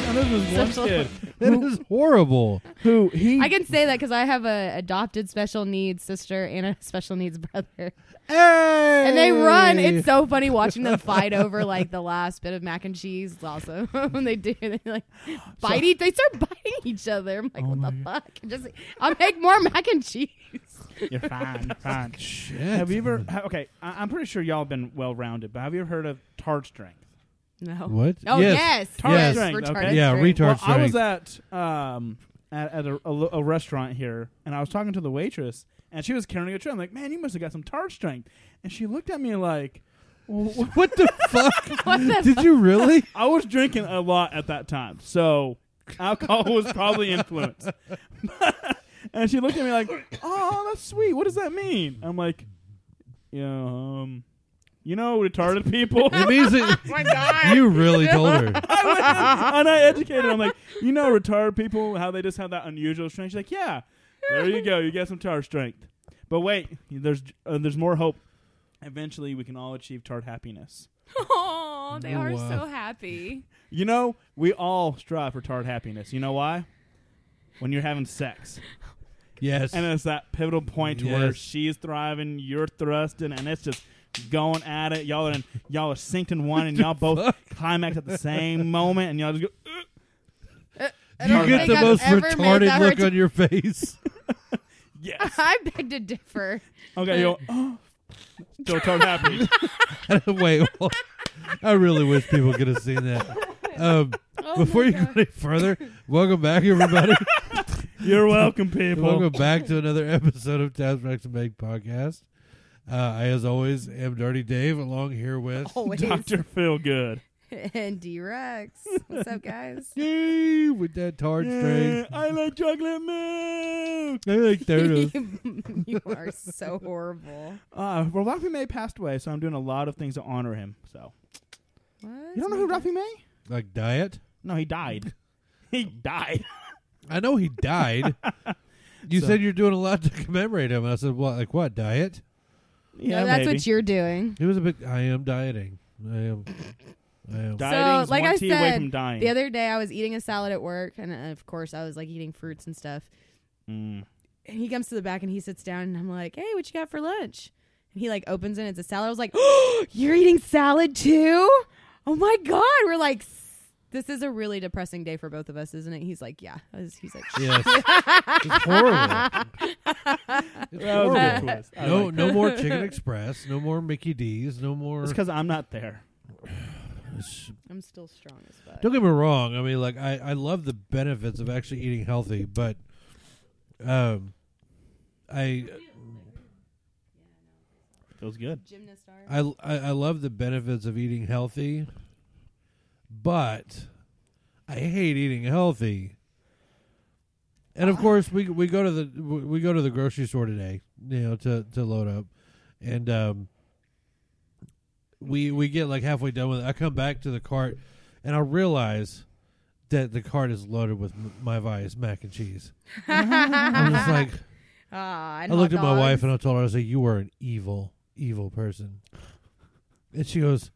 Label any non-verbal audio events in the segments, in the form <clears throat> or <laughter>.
special. Olmsted. That is horrible. Who he? I can say that because I have a adopted special needs sister and a special needs brother, Hey! and they run. It's so funny watching them fight over like the last bit of mac and cheese. It's awesome <laughs> when they do. They <gasps> like bite each. They start biting each other. I'm Oh like, what the fuck? Just I'll make more mac and cheese. You're fine, fine. Shit. Have you ever? ha- Okay, I, I'm pretty sure y'all have been well rounded, but have you ever heard of tard strength? No. What? Oh yes, Target yes. strength, retarded okay. Yeah, strength. retard well, I strength. was at um at, at a, a lo- a restaurant here, and I was talking to the waitress, and she was carrying a tray. I'm like, man, you must have got some tart strength. And she looked at me like, well, wh- <laughs> What the <laughs> fuck? What the Did you <laughs> really? I was drinking a lot at that time, so alcohol was probably influenced. <laughs> and she looked at me like, "Oh, that's sweet. What does that mean?" I'm like, "Yeah, um, you know, retarded people." It means that you really told <laughs> her. <laughs> I went in and I educated. her. I'm like, "You know, retarded people how they just have that unusual strength." She's like, "Yeah, there you go. You got some tar strength." But wait, there's uh, there's more hope. Eventually, we can all achieve tart happiness. <laughs> Oh, they are Wow. so happy. You know, we all strive for tart happiness. You know why? When you're having sex. Yes. uh, And it's that pivotal point where Yes. she's thriving, you're thrusting, and it's just going at it. Y'all are in, y'all are synced in one, and y'all both climax at the <laughs> same moment, and y'all just go. "Ugh." I you don't get think the I've most ever made retarded that look ret- on your face. <laughs> Yes. <laughs> I beg to differ. Okay. You go. <gasps> Oh. So tart happiness. Wait, well, I really wish people could have seen that. <laughs> Um, Oh before you go any further, welcome <laughs> back, everybody. <laughs> You're welcome, people. welcome back to another episode of Tabs Max and Bake podcast. Uh, I, as always, am Dirty Dave, along here with Always. Doctor Feel Good. <laughs> and D Rex. What's up, <laughs> guys? Oh. Yay, <laughs> with that tard <laughs> Yeah, string. I like chocolate milk. I like turtles. <laughs> you are so horrible. Uh, well, Ralphie May passed away, so I'm doing a lot of things to honor him. So What? you don't know who Ralphie May? like diet. No, he died. <laughs> he <laughs> died. I know he <laughs> died. you So- said you're doing a lot to commemorate him. I said, "What? Like what? Diet?" No, that's what you're doing. He was a big. I am dieting. I am. I am. Dieting's like one I tea away said, from dying. The other day, I was eating a salad at work, and uh, of course, I was like eating fruits and stuff. <laughs> Mm. And he comes to the back and he sits down, and I'm like, "Hey, what you got for lunch?" And he like opens it. And it's a salad. I was like, <gasps> "Oh, you're eating salad too? Oh my god!" We're like, "S- "This is a really depressing day for both of us, isn't it?" He's like, "Yeah." I was- He's like, <laughs> Yes. it's horrible. It's That was a good horrible. twist. I No, like <laughs> no more Chicken Express. No more Mickey D's. No more. that. It's because I'm not there. "I'm still strong as fuck." Don't get me wrong. I mean, like I, I love the benefits of actually eating healthy, but um, I Feels good. Gymnast are. I, I I love the benefits of eating healthy, but I hate eating healthy. And of course, we we go to the we we go to the grocery store today, you know, to to load up, and um, we we get like halfway done with it. I come back to the cart, and I realize that the cart is loaded with m- my vice mac and cheese. <laughs> <laughs> I'm just like, Ah, and I looked hot at my wife dogs. and I told her, I was like, "You are an evil, evil person." And she goes,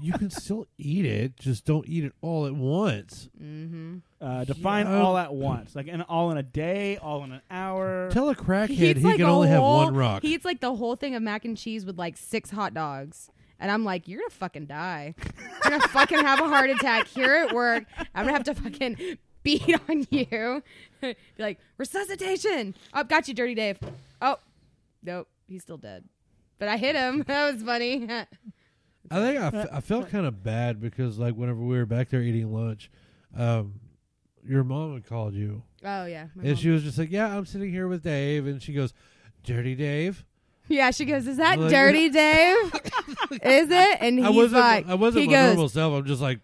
"You <laughs> can still eat it, just don't eat it all at once." Uh, define Yeah. all at once, like in all in a day, all in an hour. Tell a crackhead He he, eats like can a only have whole- one rock. He eats like the whole thing of mac and cheese with like six hot dogs. And I'm like, you're gonna fucking die. You're gonna fucking have a heart attack here at work. I'm gonna have to fucking beat on you. <laughs> Be like, resuscitation. Oh, got you, Dirty Dave. Oh, nope, he's still dead. But I hit him. <laughs> That was funny. I think I, f- I felt kind of bad because like whenever we were back there eating lunch, um, your mom had called you oh yeah. my mom. and she was just like, "Yeah, I'm sitting here with Dave," and she goes, "Dirty Dave." yeah, she goes, Is that Like- <laughs> Dirty Dave? Is it? And he's I wasn't. like, I wasn't he my goes, normal self. I'm just like,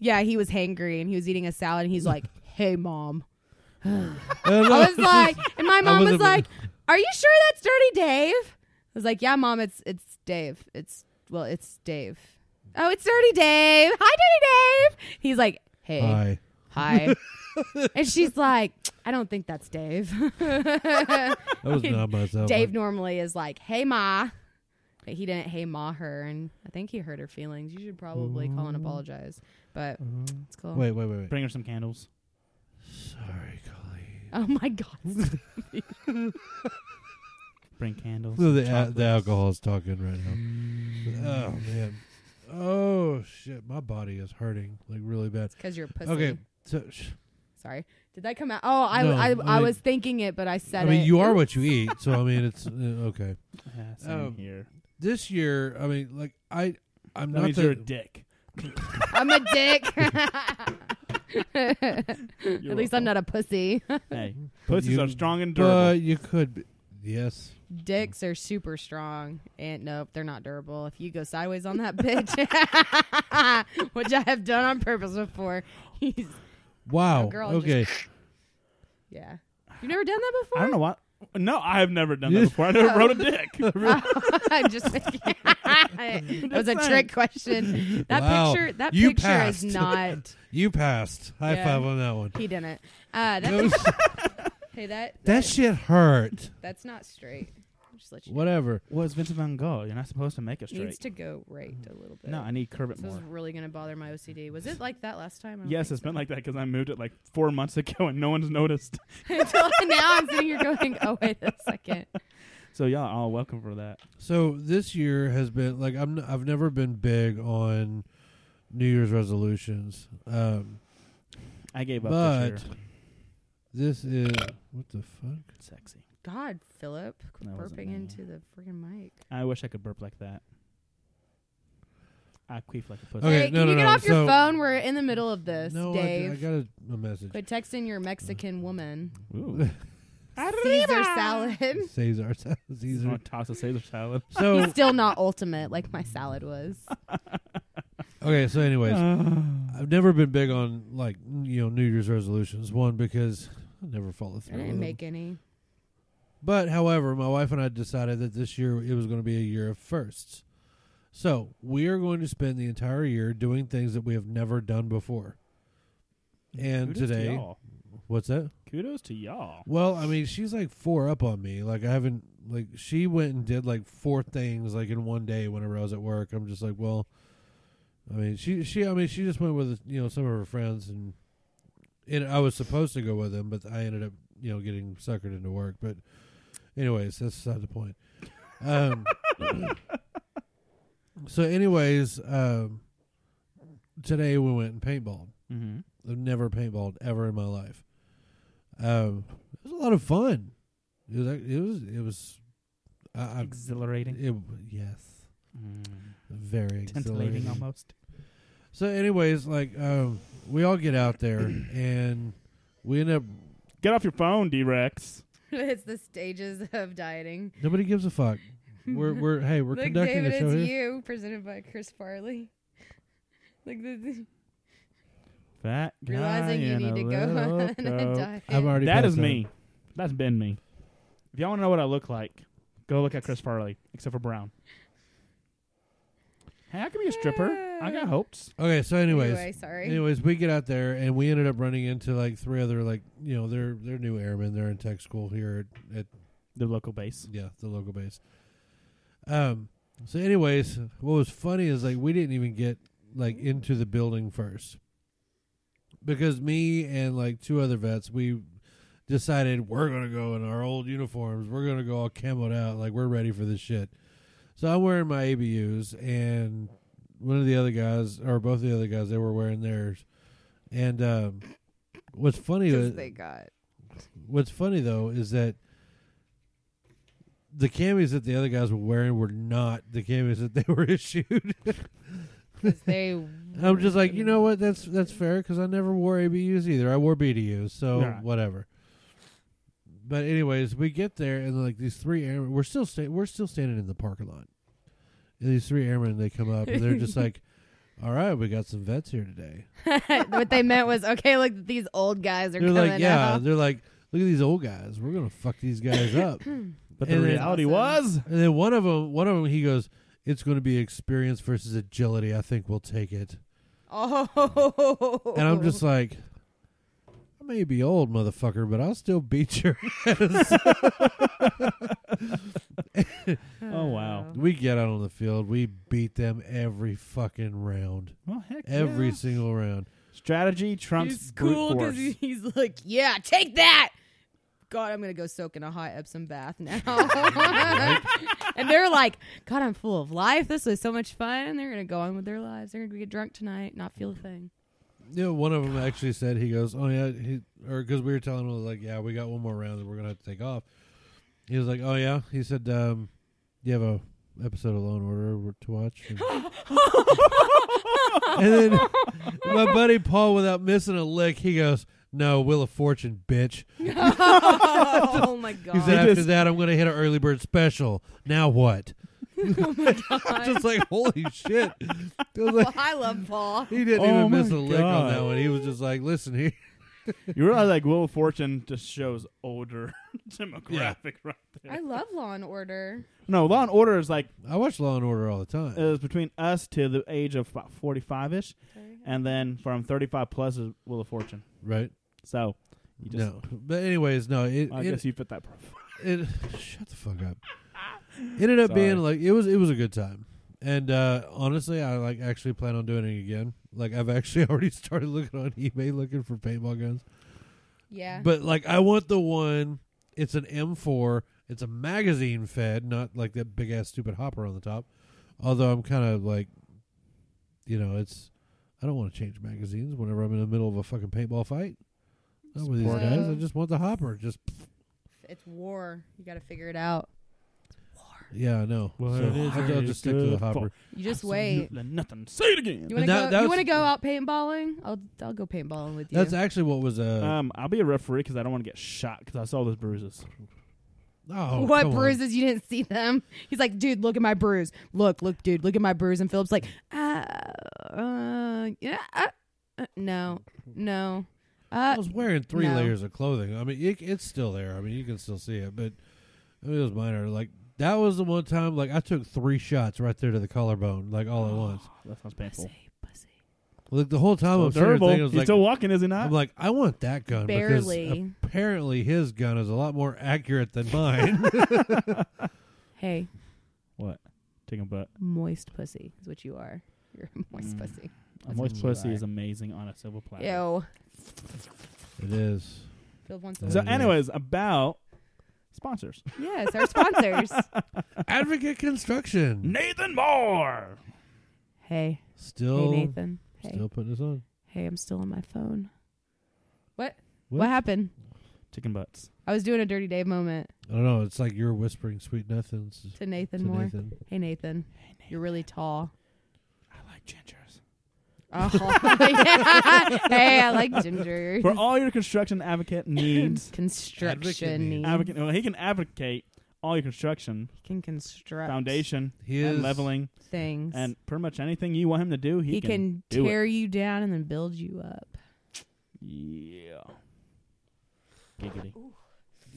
Yeah, he was hangry and he was eating a salad and he's <laughs> like, Hey mom. <laughs> I I <laughs> was like, and my mom was wasn't- like, "Are you sure that's Dirty Dave?" I was like, "Yeah, mom, it's it's Dave. It's well, it's Dave. Oh, it's Dirty Dave. Hi, Dirty Dave." He's like, "Hey, "Hi." <laughs> hi,", and she's like, "I don't think that's Dave. <laughs> That was not myself. Dave normally is like, "Hey, ma." But he didn't hey ma her, and I think he hurt her feelings. You should probably call and Ooh. apologize. But Mm-hmm. it's cool. Mm. Wait, wait, wait, wait. Bring her some candles. Sorry, Colleen. Oh my god. <laughs> Bring candles. No, the, uh, chocolates. Mm. the alcohol is talking right now. Oh man. Oh shit, my body is hurting like really bad. Because you're a pussy. Okay, so sh- Sorry. Did that come out? Oh, I, No, I, I I, mean- was thinking it, but I said I mean, it. you are <laughs> what you eat, so I mean, it's uh, okay. Yeah, same Um, here. This year, I mean, like I, I'm That not means you're a the, dick. I'm a <laughs> dick. <laughs> At least I'm not a pussy. Hey, But pussies you- are strong and durable. but you could. Be, yes, Dicks are super strong, and nope, they're not durable. If you go sideways on that bitch, <laughs> which I have done on purpose before, he's Wow. girl, okay. yeah. You've never done that before? I don't know why. No, I have never done <laughs> You- that before. I never wrote a dick. <laughs> <laughs> I'm just making that was a Just saying. trick question. <laughs> That Wow. picture that You picture passed. is not you passed. High Yeah. five on that one. he didn't. <laughs> Uh that, Those- hey that that shit <laughs> hurt. that's not straight. I'll just let you know. Whatever. Well, it's Vincent Van Gogh. You're not supposed to make it It needs straight. to go right a little bit. No, I need curve it this more. is really gonna bother my OCD. Was it like that last time? I don't Yes, think <laughs> it's been like that because I moved it like four months <laughs> ago and no one's noticed. so. until <laughs> now I'm sitting here going, Oh wait a second. So y'all are all welcome for that. So this year has been like I'm. n- I've never been big on New Year's resolutions. Um, I gave up but this year. this is what the fuck. Sexy. God, Philip, quit That wasn't burping me. into the freaking mic. I wish I could burp like that. I queef like a pussy. Okay, hey, no, can no, you get no, off your so- phone? We're in the middle of this, no, Dave. I, I got a, a message. Quit texting your Mexican woman. Ooh. Caesar salad. <laughs> <laughs> Caesar, These are Caesar. toss a Caesar salad. So He's still not ultimate like my salad was. <laughs> okay. So anyways, I I've never been big on like you know New Year's resolutions. One because I never follow I through. with didn't them. make any. <laughs> But however, my wife and I decided that this year it was going to be a year of firsts. So we are going to spend the entire year doing things that we have never done before. And Kudos to today, y'all. what's that? Kudos to y'all. Well, I mean, she's like four up on me. Like I haven't like she went and did like four things like in one day. Whenever I was at work, I'm just like, well, I mean, she she I mean she just went with you know some of her friends and and I was supposed to go with them, but I ended up you know getting suckered into work. But anyways, that's beside the point. Um, <laughs> so anyways, um, today we went and paintballed. Mm-hmm. I've never paintballed ever in my life. Um, it was a lot of fun. It was. It was. It was. I, I, Exhilarating. it, yes, Mm. very Titillating exhilarating. almost. So, anyways, like um, we all get <clears throat> out there and we end up. Get off your phone, D-Rex. it's the stages of dieting. Nobody gives a fuck. We're we're hey we're <laughs> Look, conducting David, a show it's here. you, presented by Chris Farley. <laughs> Look, the, Fat guy realizing you in a need to go <laughs> little on a coat. diet. I've already. That passed is out. me. That's been me. If y'all want to know what I look like, go look at Chris Farley, except for brown. Hey, I could be a stripper. I got hopes. Okay, so anyways, anyway, sorry. Anyways, we get out there and we ended up running into like three other like you know they're they're new airmen. They're in tech school here at, at The local base. Yeah, the logo base. Um. So, anyways, what was funny is like we didn't even get like into the building first because me and like two other vets we decided we're gonna go in our old uniforms. We're gonna go all camoed out, like we're ready for this shit. So I'm wearing my ABUs, and one of the other guys, or both of the other guys, they were wearing theirs. And um, what's funny was Because they got What's funny though is that the camis that the other guys were wearing were not the camis that they <laughs> were issued. because <laughs> they. I'm just like, you know what? That's that's fair because I never wore ABUs either. I wore BDUs, so Yeah. whatever. But anyways, we get there and like these three airmen, we're still sta- we're still standing in the parking lot. And these three airmen, they come up and they're just like, "All right, we got some vets here today." <laughs> what they meant was okay. Look, these old guys are They're coming like, "Yeah," up. they're like, "Look at these old guys. We're gonna fuck these guys up." But the And then- reality Awesome. was, And then one of them, one of them, he goes, "It's going to be experience versus agility. I think we'll take it." <laughs> Oh, And I'm just like, "I may be old, motherfucker, but I'll still beat your ass." oh wow, <laughs> We get out on the field. We beat them every fucking round. Well, heck, Every yeah. single round. strategy trumps He's brute cool force. because <laughs> he's like, yeah, take that. God, I'm gonna go soak in a hot Epsom bath <laughs> now. <laughs> and they're like, God, I'm full of life. This was so much fun. And they're gonna go on with their lives. They're gonna get drunk tonight, not feel a <laughs> thing. <laughs> You know, one of them actually said he goes, "Oh yeah," he, or because we were telling him like, "Yeah, we got one more round that we're gonna have to take off." He was like, "Oh yeah," he said, um, "You have a episode of Law and Order to watch." And, <laughs> and then my buddy Paul, without missing a lick, he goes, "No, Wheel of Fortune, bitch." oh my god. He said, "After just- that, I'm gonna hit an early bird special. Now what?" oh <laughs> my god. Just like holy shit! I was like, <laughs> Well, I love Paul. he didn't Oh even miss a my lick on that God. one. He was just like, "Listen here." you realize like Will of Fortune just shows older <laughs> demographic right there. I love Law and Order. no, Law and Order is like I watch Law and Order all the time. is between us to the age of forty five ish, and then from thirty five plus is Will of Fortune. Right? So you just no. But anyways, no. It, I it, guess you fit that profile. it shut the fuck up. Ended up Sorry. being like it was. It was a good time, and uh, honestly, I like actually plan on doing it again. Like I've actually <laughs> already started looking on eBay looking for paintball guns, Yeah. but like I want the one. It's an M4. It's a magazine fed, not like that big ass stupid hopper on the top. Although I'm kind of like, you know, it's. I don't want to change magazines whenever I'm in the middle of a fucking paintball fight. Not with these Sport. guys. I just want the hopper. Just it's war. You gotta figure it out. Yeah, I know. Well, so it is I'll, very I'll just stick to the good hopper. You just wait. Absolutely Nothing. Say it again. You wanna And that- go that you was- wanna go out paintballing? I'll I'll go paintballing with you. That's actually what was uh um, I'll be a referee because I don't want to get shot because I saw those bruises. Uh, oh, what come on. bruises? You didn't see them. <laughs> He's like, dude, look at my bruise. Look, look, dude, look at my bruise. And Philip's like, uh, uh yeah, uh, uh, no, no, I uh, was wearing three No. layers of clothing. I mean, it, it's still there. I mean, you can still see it, but I mean, it was minor. Like that was the one time. Like I took three shots right there to the collarbone, like Oh. all at once. <sighs> That sounds painful. pussy, pussy. Like the whole time I'm sitting there Durable. thinking, I was He's like, still walking, is he not? I'm like, I want that gun Uh, because Barely. apparently his gun is a lot more accurate <laughs> than mine. Hey, what? Taking a butt. moist pussy is what you are. <laughs> You're a moist Mm. pussy. A That's moist what you pussy are. is amazing on a silver platter. Ew. it is. Phil wants So to. So, Mm. anyways, about sponsors. yes, our <laughs> sponsors. Advocate Construction Nathan Moore. hey, hey, still Nathan. Hey, still putting this on. hey, I'm still on my phone. What? What? What, happened? Chicken butts. I was doing a dirty Dave moment I don't know. It's like you're whispering sweet nothings to Nathan to Moore. Nathan. Hey, Nathan. You're really tall. I like gingers. Oh, <laughs> yeah. Hey, I like ginger. For all your <laughs> construction advocate needs, Advocate Construction needs. needs. advocate, well, he can advocate all your construction, He can construct foundation, He is and leveling, things. and pretty much anything you want him to do, he, he, can, do it. tear you down and then build you up. Yeah. Giggity.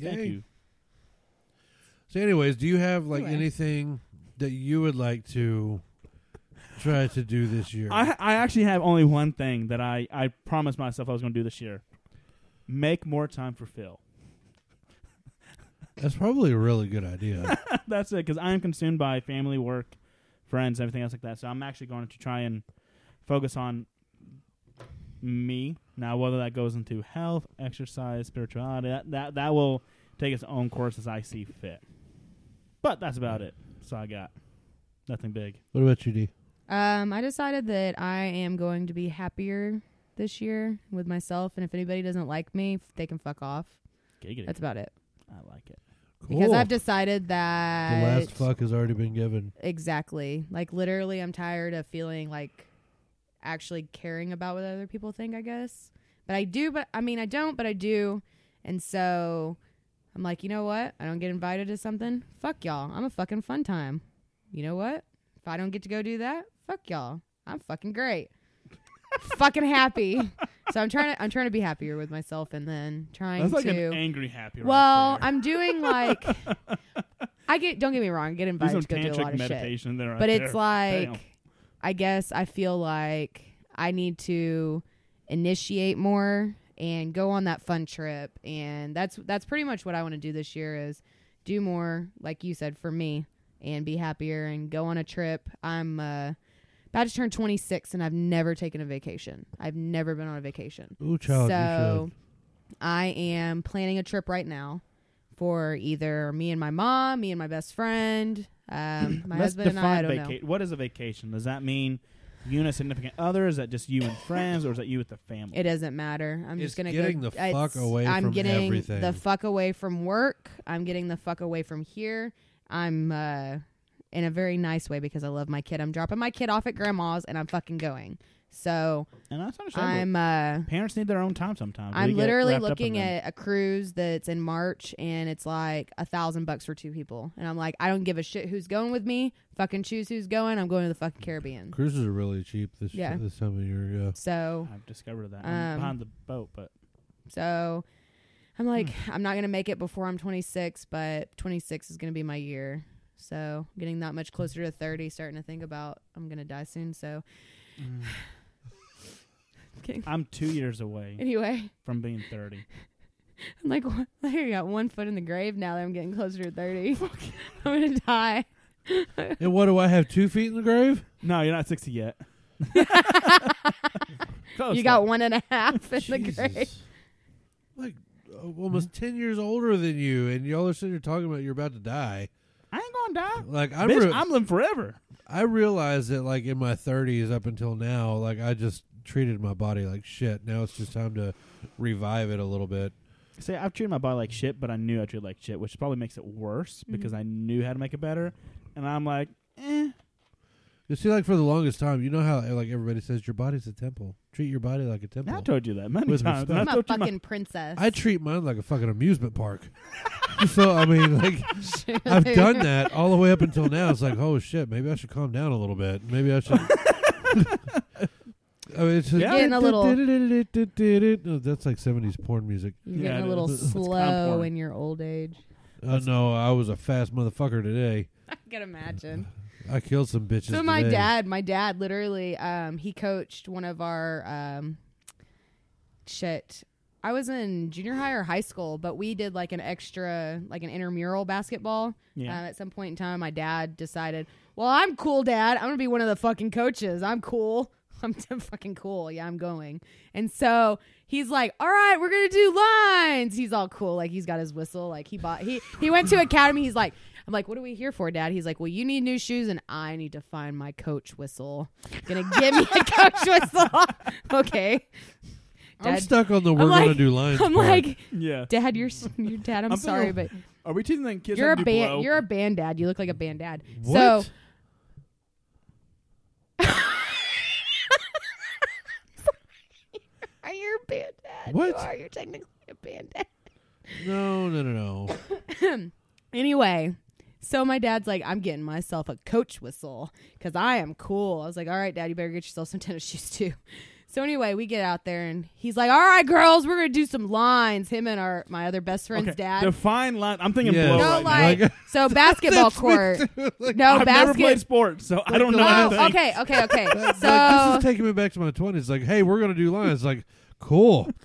Thank Yay. you. So, anyways, do you have like Anyway. anything that you would like to try to do this year? I I actually have only one thing that I I promised myself I was going to do this year. Make more time for Phil. <laughs> That's probably a really <laughs> good idea. That's it cuz I am consumed by family, work, friends, everything else like that. So I'm actually going to try and focus on me. Now whether that goes into health, exercise, spirituality, that that, that will take its own course as I see fit. But that's about it. So I got nothing big. what about you, D? Um, I decided that I am going to be happier this year with myself, and if anybody doesn't like me, f- they can fuck off. Giggity. That's about it. I like it. Cool. Because I've decided the that last fuck has already been given. Exactly. Like literally I'm tired of feeling like actually caring about what other people think, I guess. But I do, but I mean I don't, but I do. And so I'm like, you know what? I don't get invited to something. Fuck y'all. I'm a fucking fun time. You know what? If I don't get to go do that, fuck y'all. I'm fucking great. <laughs> fucking happy. So I'm trying to I'm trying to be happier with myself and then trying That's like to an angry happy right well, there. I'm doing <laughs> like I get. Don't get me wrong. I get These invited are to go do a lot tantric of shit, meditation there. but it's like I guess I feel like I need to initiate more and go on that fun trip, and that's that's pretty much what I want to do this year is do more, like you said, for me and be happier and go on a trip. I'm uh, about to turn 26 and I've never taken a vacation. I've never been on a vacation. Ooh, child, so I am planning a trip right now for either me and my mom, me and my best friend, <clears throat> um, my Let's husband and I. I don't define know. vaca- What is a vacation? Does that mean you and a significant other? Is that just you and friends, or is that you with the family? It doesn't matter. I'm It's just gonna getting go, the fuck it's- away I'm from getting everything. the fuck away from work. I'm getting the fuck away from here. I'm uh, in a very nice way because I love my kid. I'm dropping my kid off at grandma's and I'm fucking going. So and that's I'm understandable. uh, Parents need their own time sometimes. We I'm get literally wrapped up in looking them. at a cruise that's in March and it's like a thousand bucks for two people. And I'm like, I don't give a shit who's going with me. Fucking choose who's going. I'm going to the fucking Caribbean. Cruises are really cheap this Yeah. this time of year. Yeah. <laughs> So I've discovered that I'm Um, behind the boat, but So I'm like, Hmm. I'm not going to make it before I'm 26, but 26 is going to be my year. So getting that much closer to 30, starting to think about I'm going to die soon. So Okay. I'm two <laughs> years away anyway, from being thirty. I'm like, <laughs> what? like, I got one foot in the grave now that I'm getting closer to 30. <laughs> I'm going to die. and what do I have? Two feet in <laughs> the grave? No, you're not sixty yet. <laughs> Close, You though. got one and a half in the grave. Hmm? Jesus. Like uh, almost ten years older than you, and y'all are sitting here talking about you're about to die. I ain't gonna die. Like I'm, I'm, Bitch, re- I'm living forever. I realize that like in my 30s up until now, like I just treated my body like shit. Now it's just time to revive it a little bit. See, I've treated my body like shit, but I knew I treated like shit, which probably makes it worse Mm. because I knew how to make it better. And I'm like, eh. You see, like for the longest time, you know how like everybody says your body's a temple. Treat your body like a Now I temple. told you that many With times. <laughs> and I I'm a told you my- fucking princess. I treat mine like a fucking amusement park. <laughs> so I mean, like I've done that all the way up until now. It's like, oh shit, maybe I should calm down a little bit. Maybe I should. <laughs> I mean, it's like, Yeah. Getting a little- <laughs> No, that's like seventies porn music. You're Yeah, getting it a little is. It's kinda slow porn. in your old age. Uh, no, I was a fast motherfucker today. <laughs> I can imagine. Uh, I killed some bitches. So my today. dad, my dad literally, um, he coached one of our um, shit. I was in junior high or high school, but we did like an extra, like an intramural basketball. Yeah. Um, at some point in time, my dad decided, well, I'm cool, dad. I'm gonna be one of the fucking coaches. I'm cool. <laughs> I'm so fucking cool. Yeah, I'm going. And so he's like, all right, we're gonna do lines. He's all cool. Like he's got his whistle. Like he bought. He he went to academy. He's like. I'm like, what are we here for, Dad? He's like, well, you need new shoes, and I need to find my coach whistle. Gonna give me a coach whistle, <laughs> okay? I'm Dad- stuck on the we're I'm gonna like- do lines. I'm part. like, yeah. Dad, you're s- your dad. I'm, I'm sorry, but thinking Are we teaching them kids? you're a how to do blow? band. You're a band dad. You look like a band dad. what? So are you a band dad? What? You are. You're technically a band dad. no, no, <laughs> no, no. Anyway, so my dad's like, I'm getting myself a coach whistle because I am cool. I was like, all right, dad, you better get yourself some <laughs> tennis shoes too. So anyway, we get out there and he's like, all right, girls, we're gonna do some lines. Him and our my other best friend's okay. dad. Define line. I'm thinking Yes. blow. no, right now. like, Like- so basketball court. no, I've never basket. played sports, so I don't know. Oh, anything. okay, okay, okay. so Like, this is taking me back to my twenties. Like, hey, we're gonna do lines. Like, cool. <laughs>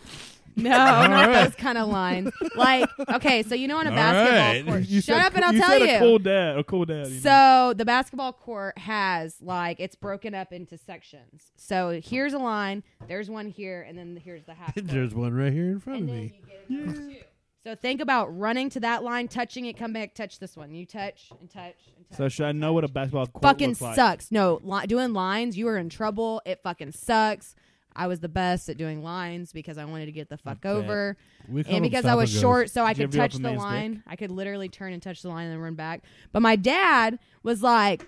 No, All not right. those kind of lines. Like, okay, so you know, on a All basketball right. court, You shut said up and cool- I'll you tell said you. A cool dad, a cool dad. you know. so the basketball court has like it's broken up into sections. So here's a line, there's one here, and then here's the <laughs> half. court. There's one right here in front and of then me. you get another two. So think about running to that line, touching it, come back, touch this one. You touch and touch and touch. So should I know what a basketball court fucking looks like? sucks. No, li- doing lines, you were in trouble. It fucking sucks. I was the best at doing lines because I wanted to get the fuck bet. over. We call and them because stop I was and goes. short, so I Did you could ever touch open the man's dick? line. I could literally turn and touch the line and then run back. But my dad was like,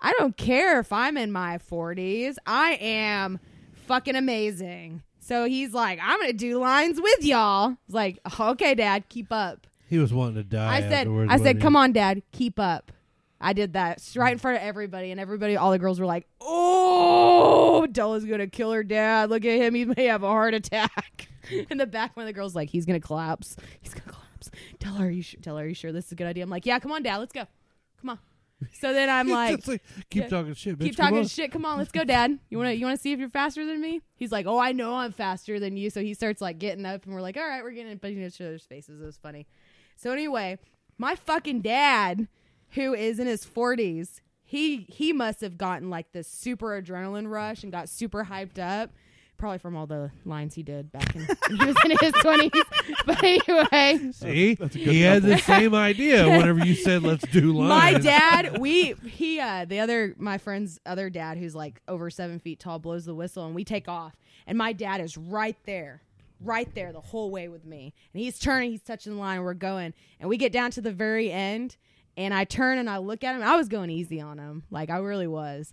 I don't care if I'm in my 40s. I am fucking amazing. So he's like, I'm going to do lines with y'all. I was like, okay, dad, keep up. He was wanting to die. I said, afterwards, I said, wasn't come on, Dad, keep up. I did that s- right in front of everybody, and everybody, all the girls were like, "Oh, Della's gonna kill her dad. Look at him; he may have a heart attack." <laughs> in the back, one of the girls like, "He's gonna collapse. He's gonna collapse." Della, are you sure? Della, are you sure this is a good idea? I'm like, "Yeah, come on, Dad, let's go. Come on." So then I'm <laughs> he? like, It's like, keep yeah. talking shit. Bitch, keep come talking on. shit. Come on, let's go, Dad. You wanna you wanna see if you're faster than me? He's like, oh, I know I'm faster than you. So he starts like getting up, and we're like, all right, we're getting in each other's faces. It was funny. So anyway, my fucking dad who is in his 40s, he he must have gotten like this super adrenaline rush and got super hyped up, probably from all the lines he did back in when he was in his 20s. But anyway, <laughs> See, that's a good he had the <laughs> same idea whenever you said let's do lines. my dad, we he uh the other my friend's other dad who's like over 7 feet tall blows the whistle and we take off and my dad is right there. Right there the whole way with me. And he's turning, he's touching the line, we're going. And we get down to the very end and I turn and I look at him. I was going easy on him. Like I really was.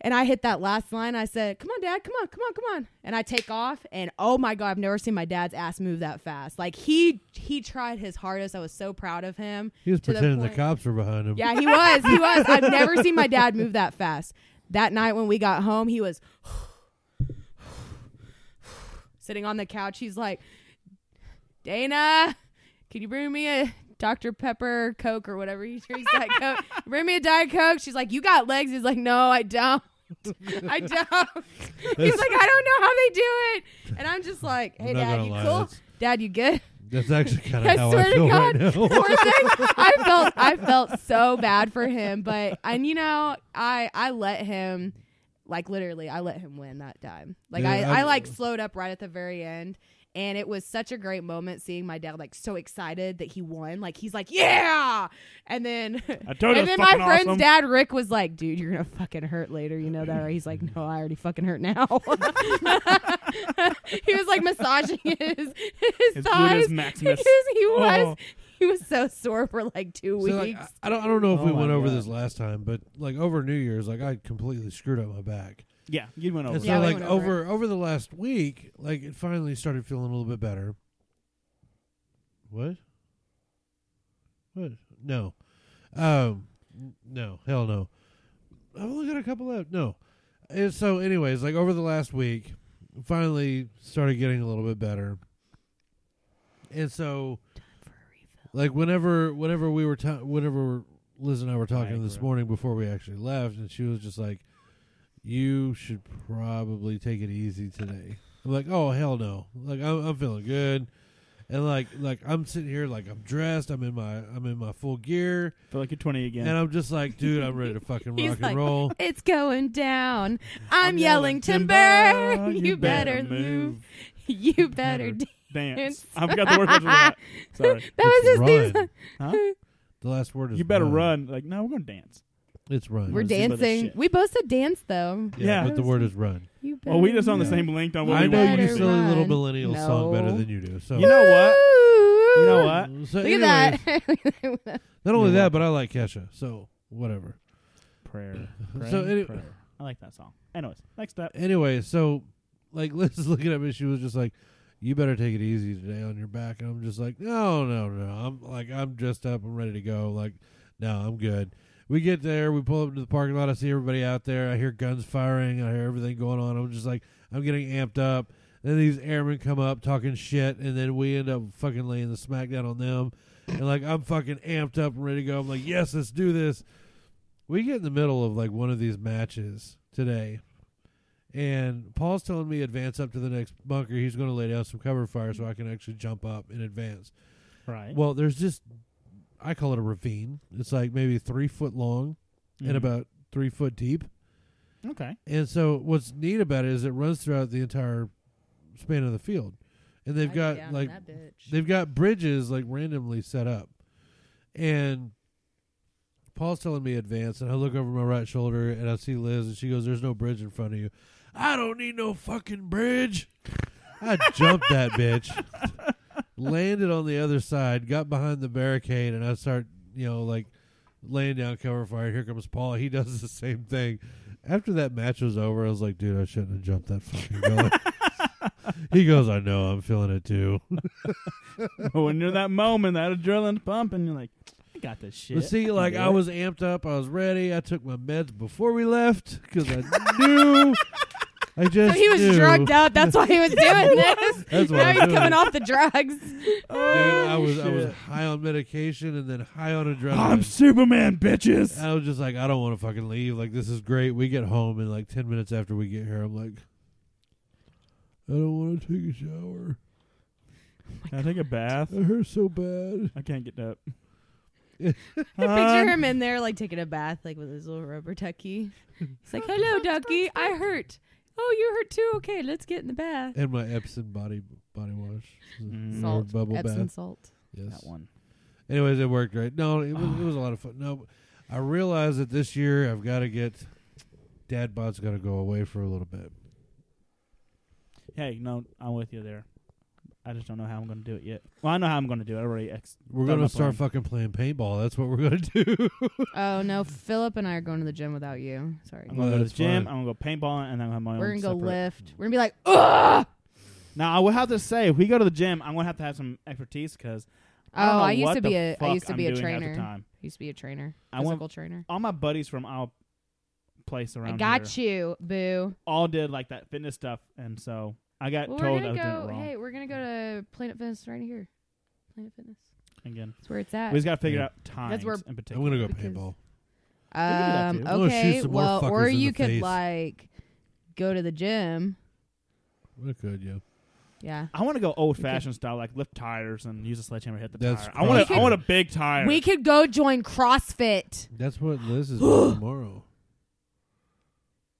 And I hit that last line. I said, "Come on, Dad! Come on! Come on! Come on!" And I take off. And oh my god, I've never seen my dad's ass move that fast. Like he he tried his hardest. I was so proud of him. He was to pretending the, point- cops were behind him. Yeah, he was. He was. I've never seen my dad move that fast. That night when we got home, he was sitting on the couch. He's like, Dana, can you bring me a Dr. Pepper Coke or whatever he drinks that Coke? Bring me a Diet Coke. She's like, You got legs? He's like, No, I don't. <laughs> I don't. He's like, I don't know how they do it. And I'm just like, Hey, I'm not Dad, gonna you lie, cool? that's- Dad, you good? That's actually kind <laughs> I of how swear I to feel right God. <laughs> now. poor thing. I felt I felt so bad for him, but and you know, I I let him like literally I let him win that time. Like Yeah, I, I I- like slowed up right at the very end. And it was such a great moment seeing my dad like so excited that he won. Like he's like, Yeah and then <laughs> I told and you it was then my fucking friend's awesome. dad Rick was like, dude, you're gonna fucking hurt later, you know that right? He's like, No, I already fucking hurt now. <laughs> he was like massaging his his, As good <laughs> thighs. as Maximus. Because <laughs> he was Oh. he was so sore for like two So, like, weeks. I- I don't I don't know if Oh we my went over God. this last time, but like over New Year's, like I completely screwed up my back. Yeah, you went over. And so Oh, Yeah, we like went over over over, the last week, like it finally started feeling a little bit better. What? What? No. Um n- no, hell no. I've only got a couple left. No. And so anyways, like over the last week, finally started getting a little bit better. And so like whenever whenever we were ta- whenever Liz and I were talking this Niagara. morning before we actually left and she was just like you should probably take it easy today. I'm like, oh hell no! Like I'm, I'm feeling good, and like like I'm sitting here like I'm dressed. I'm in my I'm in my full gear, Feel like you're 20 again. and I'm just like, dude, I'm ready to fucking <laughs> rock He's and like, roll. It's going down. I'm, yelling, I'm yelling, timber. "Timber, You, you better, better move. move. <laughs> You better. d Dance. Dance. I forgot the word for that. Sorry. that was It's his theme run. song. <laughs> Huh? The last word <laughs> is You better run. run. Like, no, we're gonna dance. It's run. We're Let's see about this dancing. shit. We both said dance though. Yeah. but the word is run. You better. Well, we just on the Yeah. same length on what I we know want you to better be. silly little run. millennial song better No. than you do. So You know what? what? You know what? So Look anyways, at <laughs> that. Not only You're welcome. that, but I like Kesha. So whatever. Prayer. So Praying, any- prayer. I like that song. Anyways, next up. anyway, so like <laughs> Liz is looking at me, she was just like, "You better take it easy today on your back," and I'm just like, "No, no, no, I'm like I'm dressed up, I'm ready to go. Like, no, I'm good." We get there, we pull up to the parking lot. I see everybody out there. I hear guns firing. I hear everything going on. I'm just like, I'm getting amped up. Then these airmen come up talking shit, and then we end up fucking laying the smack down on them. And like, I'm fucking amped up and ready to go. I'm like, yes, let's do this. We get in the middle of like one of these matches today, and Paul's telling me advance up to the next bunker. He's going to lay down some cover fire so I can actually jump up in advance. Right. Well, there's just I call it a ravine. It's like maybe three foot long and Mhm. about three foot deep. Okay. And so what's neat about it is it runs throughout the entire span of the field, and they've got like they've got bridges like randomly set up and paul's telling me advance and i look over my right shoulder and i see liz and she goes there's no bridge in front of you i don't need no fucking bridge i jumped that bitch landed on the other side got behind the barricade and i start you know like laying down cover fire here comes paul he does the same thing after that match was over i was like dude i shouldn't have jumped that fucking goal he goes i know i'm feeling it too when you're that moment, that adrenaline's pumping, you're like, I got this shit. But see, like Yeah. I <laughs> was amped up, I was ready. I took my meds before we left because <laughs> I knew. I So just Oh, he was knew. drugged up. That's why <laughs> he was doing this. That's why now I'm he's doing coming it. off the drugs. Dude, I was I was shit. high on medication and then high on adrenaline. I'm Superman, bitches. And I was just like, I don't want to fucking leave. Like this is great. We get home and like ten minutes after we get here, I'm like, I don't want to take a shower. Can I take a bath? I hurt so bad. <laughs> I can't get up. Picture him in there, like taking a bath, like with his little rubber ducky. He's <laughs> like, "Hello, ducky. I hurt. Oh, you hurt too. Okay, let's get in the bath. and my Epson body body wash, Mm. Or Salt, bubble Epsom bath. salt. Yes. That one. Anyways, it worked right. No, it was, it Ah. was a lot of fun. No, I realized that this year I've got to get dad bod's got to go away for a little bit. Hey, no, I'm with you there. I just don't know how I'm going to do it yet. Well, I know how I'm going to do it. I already ex- We're done gonna my start plan. fucking playing paintball. That's what we're gonna do. Oh no, Philip and I are going to the gym without you. Sorry, I'm Well, going to go to that's the gym. fine. I'm going to go paintballing, and then I'm going to have my we're own gonna go separate- lift. We're gonna be like, ugh. Now I will have to say, if we go to the gym, I'm gonna have to have some expertise because I don't Oh, know I used what to be the a I fuck used to I'm be a doing half the trainer. time. Used to be a trainer. I went- Physical trainer. All my buddies from our place around I got here you, boo. all did like that fitness stuff, and so I got Well, we're told I gonna was go. doing it wrong Hey, we're gonna go to Planet Fitness right here. Planet Fitness. again. That's where it's We at. just got to figure Yeah. out time. uh, That's where- in <laughs> I'm particular. gonna go Because- paintball. that too. Um, I'm gonna shoot okay. some more Well, fuckers or in the you could face. like go to the gym. I could, yeah. Yeah. I want to go old fashioned style, like lift tires and use a sledgehammer to hit the That's tire. I want We to. I could- want a big tire. We could go join CrossFit. That's what <gasps> Liz is doing tomorrow.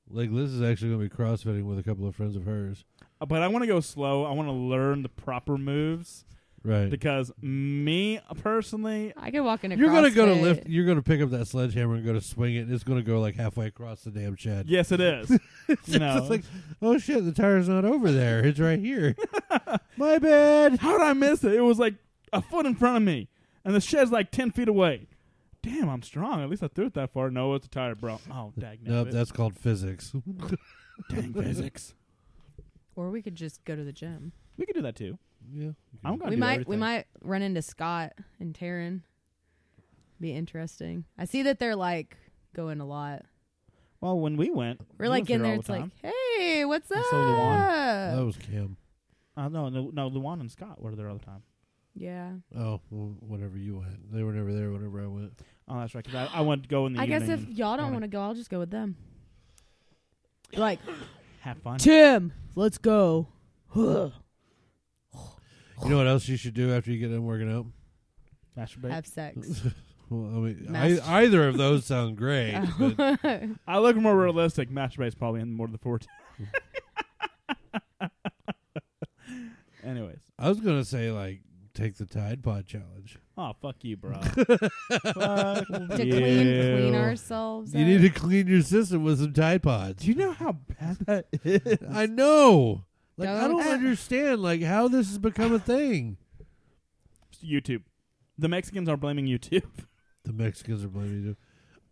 Like Liz is actually gonna be crossfitting with a couple of friends of hers. uh, but I want to go slow. I want to learn the proper moves Right. because me uh, personally, I could walk into You're gonna go to CrossFit. lift. You're gonna pick up that sledgehammer and go to swing it. and It's gonna go like halfway across the damn shed. yes, it <laughs> is. you know, It's like, oh shit, the tire's not over there. It's right here. <laughs> My bad. How did I miss it? It was like a foot in front of me, and the shed's like ten feet away. Damn, I'm strong. At least I threw it that far. No, it's a tire, bro. <laughs> Oh, dang No, it. that's called physics. <laughs> dang physics. Or we could just go to the gym. We could do that too. yeah. I'm gonna We do might we everything. might run into Scott and Taryn. Be interesting. I see that they're like going a lot. Well, when we went, We're he like was here in there. all It's the like, time. hey, what's And up? so do that was Cam. uh, no, no, no. Luwan and Scott were there all the time. yeah. Oh, well, whenever you went, they were never there. Whenever I went, Oh, that's right. Because I, I went to go in the I evening guess if and y'all don't morning. want to go, I'll just go with them. Like have fun. Tim, let's go. you know what else you should do after you get done working out? Masturbate. Have <laughs> sex. Well, I mean, Mast- I, either of those sound great. <laughs> but I look more realistic. Masturbate's probably in more of the <laughs> forte. <laughs> Anyways, I was gonna say like take the Tide Pod challenge. oh fuck you, <laughs> bro. Fuck to you. clean clean ourselves. You up. need to clean your system with some Tide Pods. Do you know how bad that is? I know. Like I Don't- don't understand like how this has become a thing. <laughs> YouTube. The Mexicans are blaming YouTube. The Mexicans are blaming you.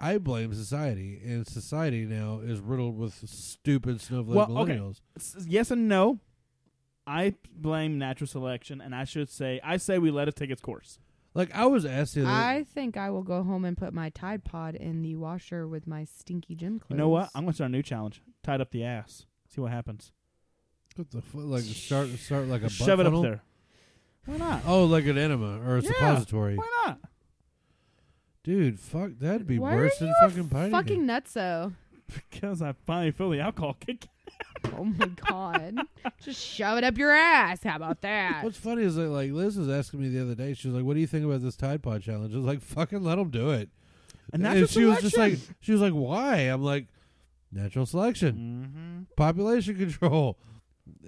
I blame society, and society now is riddled with stupid snowflake Well, okay. millennials. S- yes and no. I blame natural selection, and I should say I say we let it take its course. Like I was asked the other I think I will go home and put my Tide Pod in the washer with my stinky gym clothes. You know what? I'm gonna start a new challenge. Tied up the ass. See what happens. what the fu- like start start like a butt Shove it funnel? up there. Why not? Oh, like an enema or a Yeah. suppository, Why not? <laughs> dude. Fuck, that'd be Why are worse than you a fucking pining. fucking nutso. Because I finally feel the alcohol kick. Oh my <laughs> god! Just shove it up your ass. How about that? What's funny is that like Liz was asking me the other day. She was like, "What do you think about this Tide Pod challenge?" I was like, "Fucking let them do it." And and natural she was just like, she was like, "Why?" I'm like, "Natural selection." mm-hmm. population control.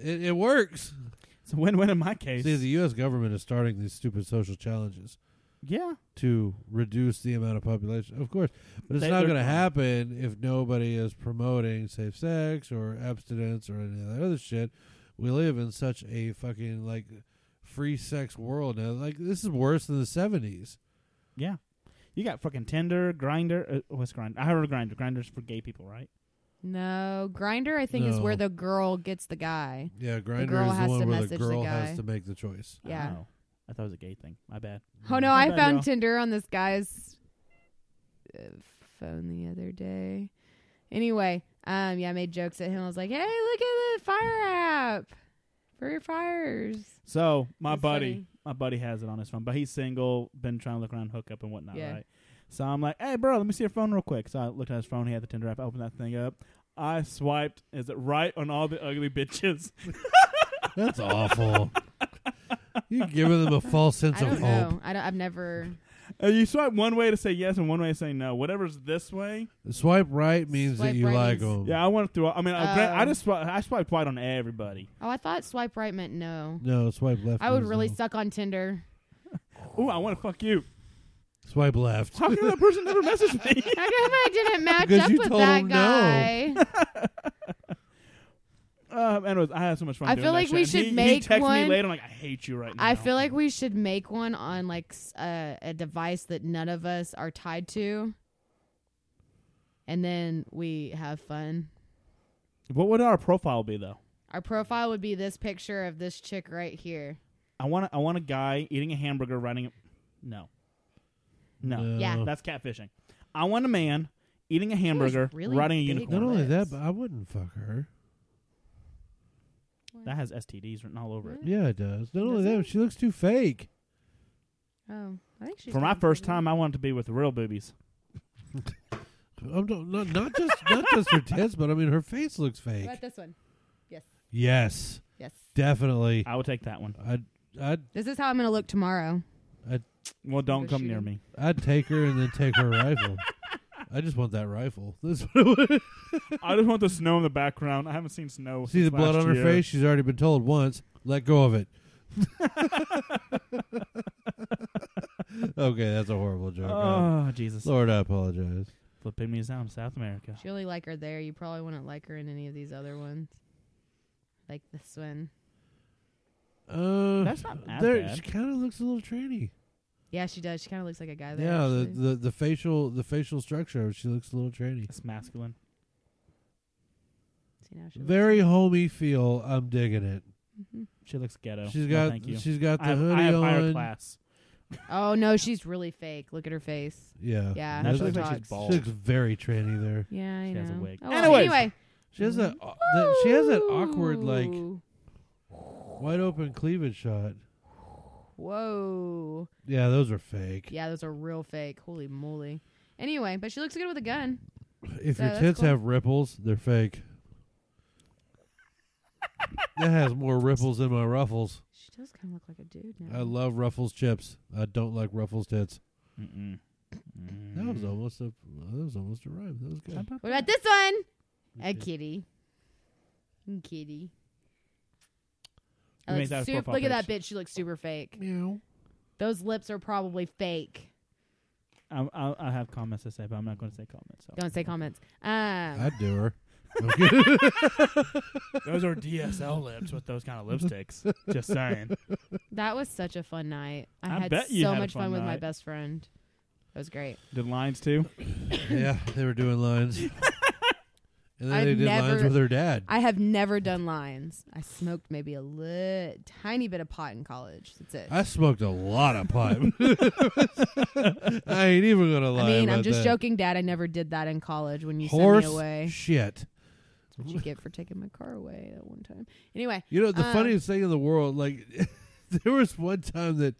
It, it works. it's a win-win in my case. See, the U.S. government is starting these stupid social challenges yeah, to reduce the amount of population, of course. But it's They- not they're- going to happen if nobody is promoting safe sex or abstinence or any of that other shit. We live in such a fucking like free sex world now. Like this is worse than the seventies. yeah. You got fucking Tinder, Grinder. Uh, what's Grinder? I heard Grinder. Grinder's for gay people, right? No, grinder. I think is No. where the girl gets the guy. Yeah, grinder girl is the has one to where the message the girl guy. has to make the choice. Yeah. Oh, I thought it was a gay thing. My bad. Oh <laughs> no, My I bad, found y'all. Tinder on this guy's uh, phone the other day. Anyway, um, yeah, I made jokes at him. I was like, "Hey, look at the fire app for your fires." So my That's buddy, funny. my buddy has it on his phone, but he's single, been trying to look around hookup and whatnot, Yeah. right? So I'm like, hey, bro, let me see your phone real quick. So I looked at his phone. He had the Tinder app. I opened that thing up. I swiped. Is it right on all the ugly <laughs> bitches? That's awful. You're giving them a false sense I don't of hope. know. I don't. I've never. Uh, you swipe one way to say yes and one way to say no. Whatever's this way. Swipe right means Swipe that you right like means- them. Yeah, I went through. I mean, I, gra- I Oh. just swi- I swiped right on everybody. Oh, I thought swipe right meant no. No, swipe left. I would means really no. suck on Tinder. <laughs> Ooh, I want to fuck you. swipe left. How come that person never messaged me? I guess I didn't match <laughs> Because up you with told that him no. guy. Um, anyways, I had so much fun. I doing feel that like we shit. should he, make he texted me one- later. I'm like, I hate you right now. I feel like we should make one on like s- uh, a, a device that none of us are tied to, and then we have fun. What would our profile be though? Our profile would be this picture of this chick right here. I want I want a guy eating a hamburger running. No, no, No. Yeah. that's catfishing. I want a man eating a hamburger really riding a big unicorn. Not only that, lips. but I wouldn't fuck her. That has STDs written all over it. Yeah, it does. Not only Does that, it? she looks too fake. Oh, I think she's For my first time, I wanted to be with real boobies. I'm not, not, not just <laughs> not just her tits, but I mean her face looks fake. About this one. Yes, Yes. definitely. I would take that one. I'd I'd This is how I'm gonna look tomorrow. Well, don't Go come shoot near him. <laughs> me. I'd take her and then take her rifle. I just want that rifle. <laughs> That's what I want. I just want the snow in the background. I haven't seen snow. See the since blood last on her year. face. She's already been told once. Let go <laughs> of it. <laughs> okay, that's a horrible joke. Uh, Oh Jesus! Lord, I apologize. Flipping me down, South America. She only like her there. You probably wouldn't like her in any of these other ones, like this one. Uh, That's not that there, bad. She kind of looks a little tranny. Yeah, she does. She kind of looks like a guy there. Yeah, the, actually. the the facial the facial structure. She looks a little tranny. It's masculine. See, now she Mm-hmm. looks- Very homey feel. I'm digging it. She looks ghetto. She's No, got thank you. she's got the I have, hoodie I have higher on. class. Oh no, she's really fake. Look at her face. Yeah, Yeah, Now That's- she looks like Botox. she's she bald. looks very tranny there. Yeah, I She know. has a wig. Oh, well, Anyways. anyway, She has that. au- that she has that awkward like Mm-hmm. Ooh. wide open cleavage shot. Whoa. Yeah, those are fake. Yeah, those are real fake. Holy moly. Anyway, but she looks good with a gun. If So your that's tits cool. have ripples, they're fake. that has more ripples than my ruffles. She does kind of look like a dude now. I love ruffles chips. I don't like ruffles tits. Mm-mm. That was almost a that was almost a rhyme. That was good. What Mm-hmm. about this one? A Okay. kitty. Mm, Kitty. You I make that look a super, profile look at that bitch. She looks super fake. Meow. Those lips are probably fake. I, I, I have comments to say, but I'm not going to say comments. So. Don't say comments. Um, I'd <laughs> do her. Okay. Those are DSL lips with those kind of lipsticks. Just <laughs> saying. that was such a fun night. I, I had bet so you had a much fun fun, with my night. best friend. It was great. Did lines too? yeah, they were doing <laughs> lines. And then I've they did lines never- with her dad. I have never done lines. I smoked maybe a lit, tiny bit of pot in college. That's it. I smoked a lot of <laughs> pipe. <laughs> I ain't even gonna lie. I mean, I'm about just that. joking, Dad. I never did that in college when you Horse sent me away. shit. That's what you get for taking my car away at one time. Anyway, You know, the Um, funniest thing in the world, like, <laughs> there was one time that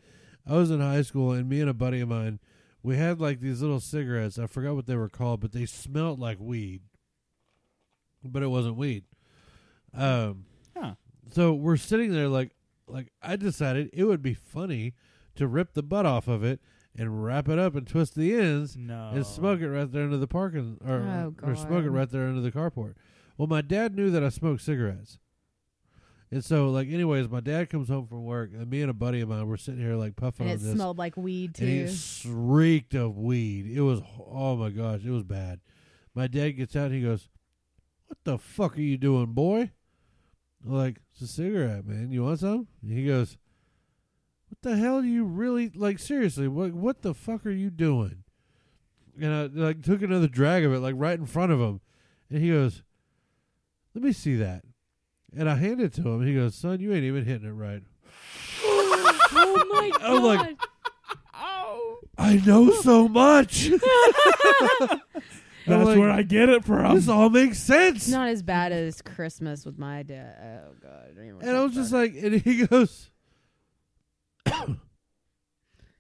I was in high school, and me and a buddy of mine, we had like these little cigarettes. I forgot what they were called, but they smelled like weed, but it wasn't weed. Um, Huh. so we're sitting there, like, like I decided it would be funny to rip the butt off of it and wrap it up and twist the ends No. and smoke it right there under the parking or, Oh, or smoke it God. right there under the carport. Well, my dad knew that I smoked cigarettes. And so, like, anyways, my dad comes home from work, and me and a buddy of mine were sitting here, like, puffing and it on this. smelled like weed and too. it shrieked of weed. It was, oh my gosh, it was bad. My dad gets out and he goes, What the fuck are you doing, boy? I'm like, It's a cigarette, man. You want some? And he goes, What the hell do you really, like, seriously, what, what the fuck are you doing? And I, like, took another drag of it, like, right in front of him. And he goes, Let me see that. And I hand it to him. He goes, Son, you ain't even hitting it right. oh <laughs> my god! I'm like, I know so much. That's like, where I get it from. <laughs> This all makes sense. it's not as bad as Christmas with my dad. Oh god! don't even wanna and I talk was just about like, and he <laughs> goes,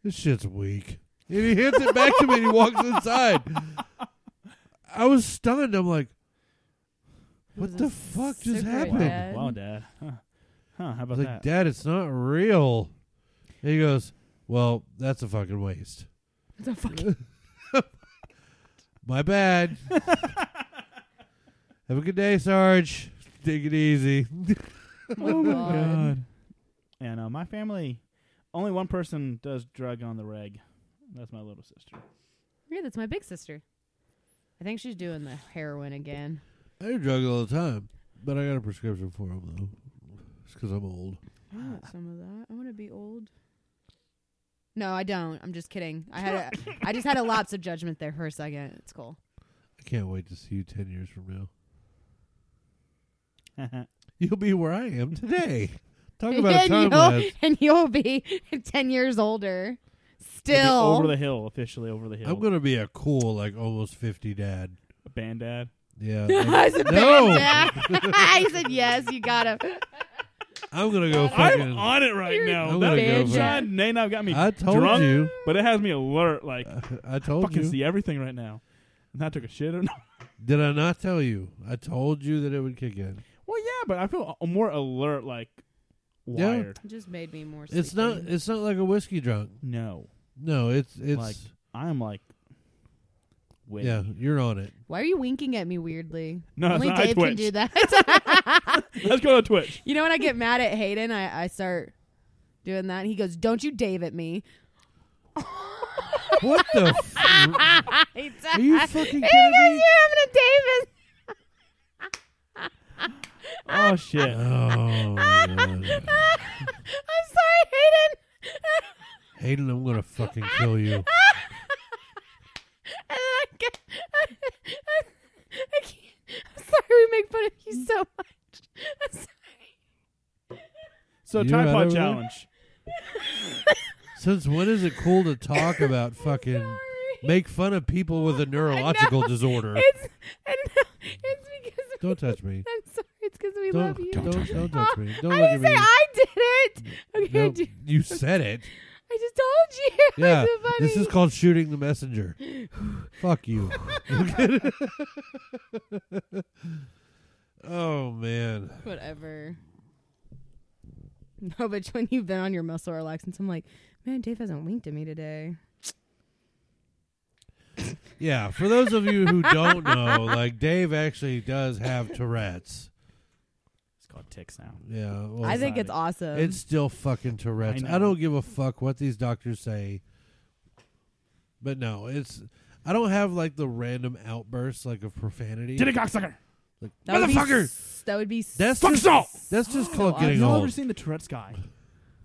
"This shit's weak." And he hands it back to me, and he walks inside. I was stunned. I'm like, it. "What It was the a fuck just cigarette, happened?" Dad. Wow, Dad. Huh. Huh, how I was about like, that? "Dad, it's not real." And he goes, "Well, that's a fucking waste." It's a fucking <laughs> <laughs> My bad. Have a good day, Sarge. Take it easy. oh my God. god. And uh, my family, only one person does drug on the reg. That's my little sister. <laughs> Yeah, that's my big sister. I think she's doing the heroin again. I do drugs all the time, but I got a prescription for them though. It's because I'm old. I Ah. want some of that. I want to be old. No, I don't. I'm just kidding. I had <laughs> a, I just had a lapse of judgment there for a second. It's cool. I can't wait to see you ten years from now. You'll be where I <laughs> am today. Talk about <laughs> a and, time you'll, lapse. and you'll be <laughs> ten years older. We'll be Still over the hill, officially over the hill. I'm gonna be a cool, like almost fifty dad. band dad. Yeah. <laughs> <laughs> I like, said, no, "Dad." I said yes, you gotta I'm gonna go fucking. I'm on it right now. I'm that gonna go bitch for- on Nay now got me I told drunk, you. but it has me alert. Like I told fucking you. see everything right now. And I took a shit or not. <laughs> Did I not tell you? I told you that it would kick in. Well, yeah, but I feel a- more alert, like Yeah. wired. just made me more It's not. It's not like a whiskey drunk. No, No, it's it's. Like, I'm like, wait. yeah, you're on it. Why are you winking at me weirdly? No, it's Only not I Dave can twitch. do <laughs> that. <laughs> Let's go <laughs> to Twitch. You know when I get mad at Hayden, I, I start doing that, and he goes, "Don't you Dave at me." What the? F- <laughs> He are you does. <laughs> fucking He goes, kidding me? "You're having a Davis." Oh shit. Oh, God. <laughs> I'm sorry, Hayden. <laughs> Hayden, I'm gonna fucking kill you. And then I get, <laughs> I, I, I can't. I'm sorry we make fun of you so much. I'm sorry. So You time right pod over there? challenge. Since when is it cool <laughs> to talk about fucking Sorry. make fun of people with a <laughs> neurological disorder? It's I know it's because we- Don't touch me. I'm sorry. It's because we Don't love you. Oh, don't touch me. don't touch me. Don't I look at didn't me. say I did it. Okay, I, Nope, ju- you said <laughs> it. I just told you. <laughs> Yeah, It's so this funny. is called shooting the messenger. Fuck you. <laughs> oh man. Whatever. <laughs> No, but when you've been on your muscle relaxants, I'm like, man, Dave hasn't winked at me today. Yeah, for those of you who don't know, like Dave actually does have Tourette's. It's called ticks now. Yeah, well, I think it's excited. awesome. it's still fucking Tourette's. Um, I I, know. don't give a fuck what these doctors say. But no, it's I don't have like the random outbursts like of profanity. Did a cocksucker. that would be motherfucker! s- that would be That's so Fuck salt. That's just So called awesome. getting Y'all old. ever seen the Tourette's guy?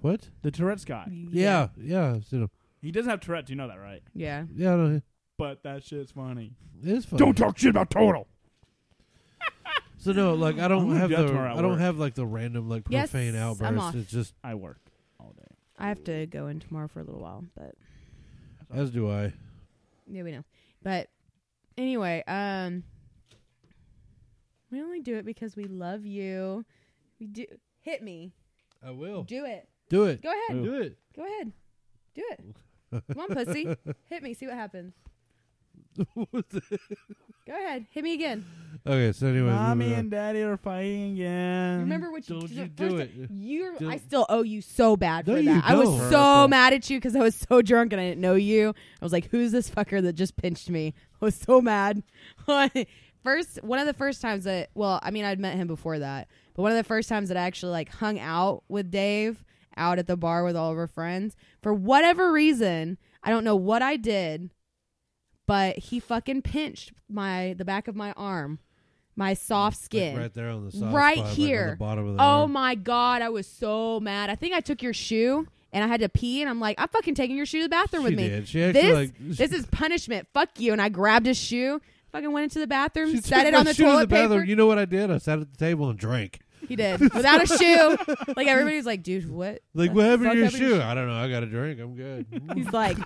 what? The Tourette's guy. Yeah, yeah, I've seen 'em. He doesn't have Tourette's. You know that, right? Yeah. yeah. No, But that shit's funny. it's funny. Don't talk shit about Total. So no, like I I'm don't gonna have do the that tomorrow at I don't work. have like the random like Yes, profane I'm off. outbursts. It's just I work all day. I have to go in tomorrow for a little while, but as do I. yeah, we know. But anyway, um we only do it because we love you. We do hit me. I will Do it. do it. Go ahead. Ooh. Do it. Go ahead. Do it. Come on, pussy. Hit me. See what <laughs> happens. Go ahead. Hit me again. Okay. So anyway, Mommy and daddy are fighting again. Remember what you Um, Don't did you the do first it. time. You're. Do- I still owe you so bad No, for you that. I was don't. so Purple. mad at you because I was so drunk and I didn't know you. I was like, "Who's this fucker that just pinched me?" <laughs> I was so mad. <laughs> first, one of the first times that. Well, I mean, I'd met him before that, but one of the first times that I actually like hung out with Dave out at the bar with all of her friends for whatever reason. I don't know what I did, but he fucking pinched my the back of my arm, my soft skin. Like right there on the soft Right spot, like, on here. the bottom of the Oh arm. my god, I was so mad. I think I took your shoe and I had to pee, and I'm like, I'm fucking taking your shoe to the bathroom she with me. Did. She actually This like this is punishment. Fuck you. And I grabbed his shoe, fucking went into the bathroom, she set took it my on the shoe to toilet bathroom. paper. You know what I did? I sat at the table and drank. He <laughs> did without a shoe. Like everybody was like, dude, what? Like the what happened fuck to your happened to shoe? I don't know. I got a drink. <laughs> I'm good. Mm. He's like,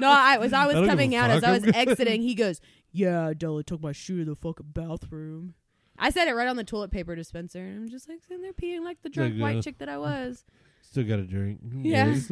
no, I was I was I don't give coming a out as fuck. I was I'm good. exiting. He goes, yeah, Della took my shoe to the fucking bathroom. I said it right on the toilet paper dispenser, and I'm just like sitting there peeing like the drunk Like, uh, white chick that I was. Still got a drink. Mm. Yeah. Yes.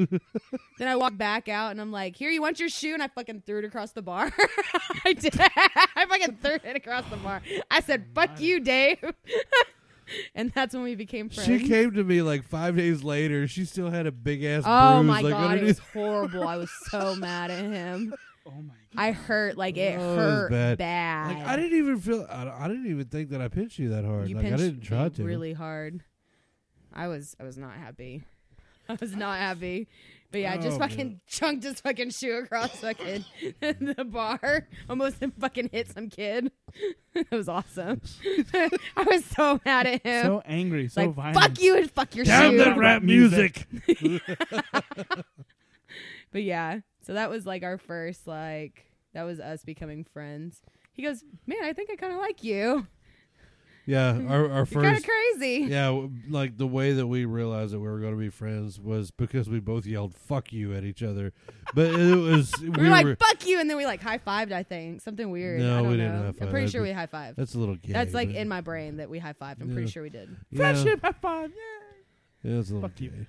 Then I walk back out and I'm like, "Here, you want your shoe?" And I fucking threw it across the bar. <laughs> Oh I did. I fucking threw it across the bar. I said, "Fuck you, Dave." <laughs> and that's when we became friends. <laughs> She came to me like five days later. She still had a big ass oh bruise. my like god, it was underneath. horrible. I was so mad at him. Oh my I hurt like it <laughs> Oh, it was hurt bad. bad. Like, I didn't even feel. I, I didn't even think that I pinched you that hard. You like I pinched didn't try me to. really hard. I was I was not happy. <laughs> I was not happy. But yeah, I Oh, just man. fucking <laughs> chunked his fucking shoe across fucking <laughs> the bar. Almost <laughs> fucking hit some kid. <laughs> it was awesome. <laughs> I was so mad at him. So angry, so like violent. fuck you and fuck your Down shoe. that rap music. But yeah, so that was like our first like that was us becoming friends. He goes, man, I think I kind of like you. Yeah, our our You're kind of <laughs> first. crazy. Yeah, w- like the way that we realized that we were going to be friends was because we both yelled "fuck you" at each other. But it was <laughs> we We were like, were- fuck you. And then we like high fived, I think. Something weird. No, I don't we know. didn't high-five. I'm pretty That'd sure be- we high five. that's a little gay. That's like but- in my brain that we high fived. I'm Yeah. pretty sure we did. yeah, Friendship high five. Yeah. Yeah, that's a little Fuck you. gay.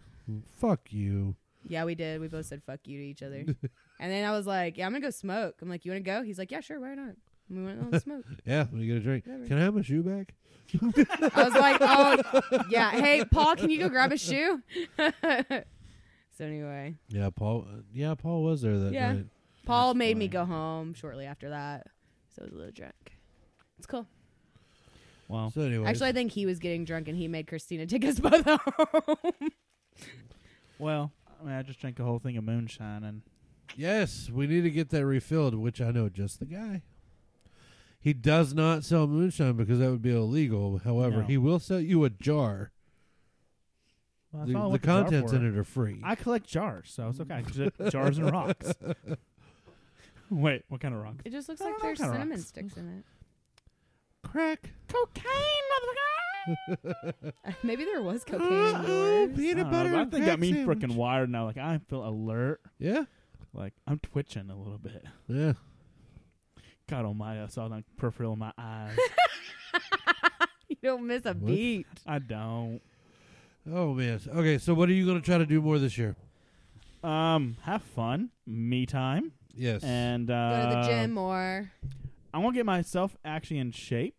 Fuck you. Yeah, we did. We both said fuck you to each other. and then I was like, yeah, I'm going to go smoke. I'm like, you want to go? He's like, yeah, sure. Why not? And we went on a smoke. Yeah, we get a drink. Whatever. Can I have my shoe back? I was like, oh, yeah. Hey, Paul, can you go grab a shoe? <laughs> so anyway, Yeah, Paul. uh, Yeah, Paul was there that Yeah. night. Paul That's made me funny. go home shortly after that. So I was a little drunk. It's cool. Wow. So anyway, Actually, I think he was getting drunk and he made Christina take us <laughs> both home. Well, I, mean, I just drank a whole thing of moonshine, and yes, we need to get that refilled. Which I know just the guy. He does not sell moonshine because that would be illegal. However, No. he will sell you a jar. well, that's all I The, the want jar contents for. in it are free. I collect jars, so it's okay. I <laughs> collect jars and rocks. Wait, what kind of rocks? It just looks I like don't know, there's kinda cinnamon rocks. sticks in <laughs> Crack. Cocaine, motherfucker. <laughs> it. <laughs> Maybe there was cocaine in yours. <laughs> Ah, peanut I, butter. don't know, but Uh, I and think crack got me sandwich. freaking wired now. Like I feel alert. Yeah, Like I'm twitching a little bit. yeah. God almighty, I saw that peripheral in my <laughs> eyes. You don't miss a What? beat. I don't. Oh man. Okay, so what are you going to try to do more this year? Um, have fun, me time, Yes. and Go uh, to the gym or I want to get myself actually in shape.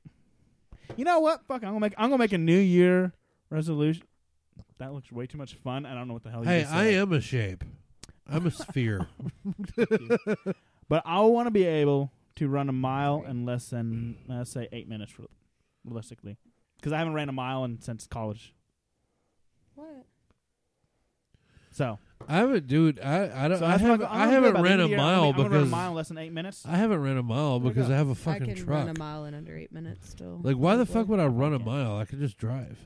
You know what? Fuck, I'm gonna make I'm gonna make a New Year resolution. That looks way too much fun. I don't know what the hell. you hey, just I said. am a shape. I'm a sphere. but I want to be able to run a mile in less than let's say eight minutes, real- realistically, because I haven't ran a mile in, since college. what? So, <laughs> I haven't, dude. I I don't. so I that's what haven't. I'm I gonna do haven't by the ran end a of the year. I'm gonna- mile I'm gonna because run a mile in less than eight minutes. I haven't ran a mile Look because up. I have a I fucking can truck. run a mile in under eight minutes still. Like, why the probably. fuck would I run a Okay. mile? I could just drive.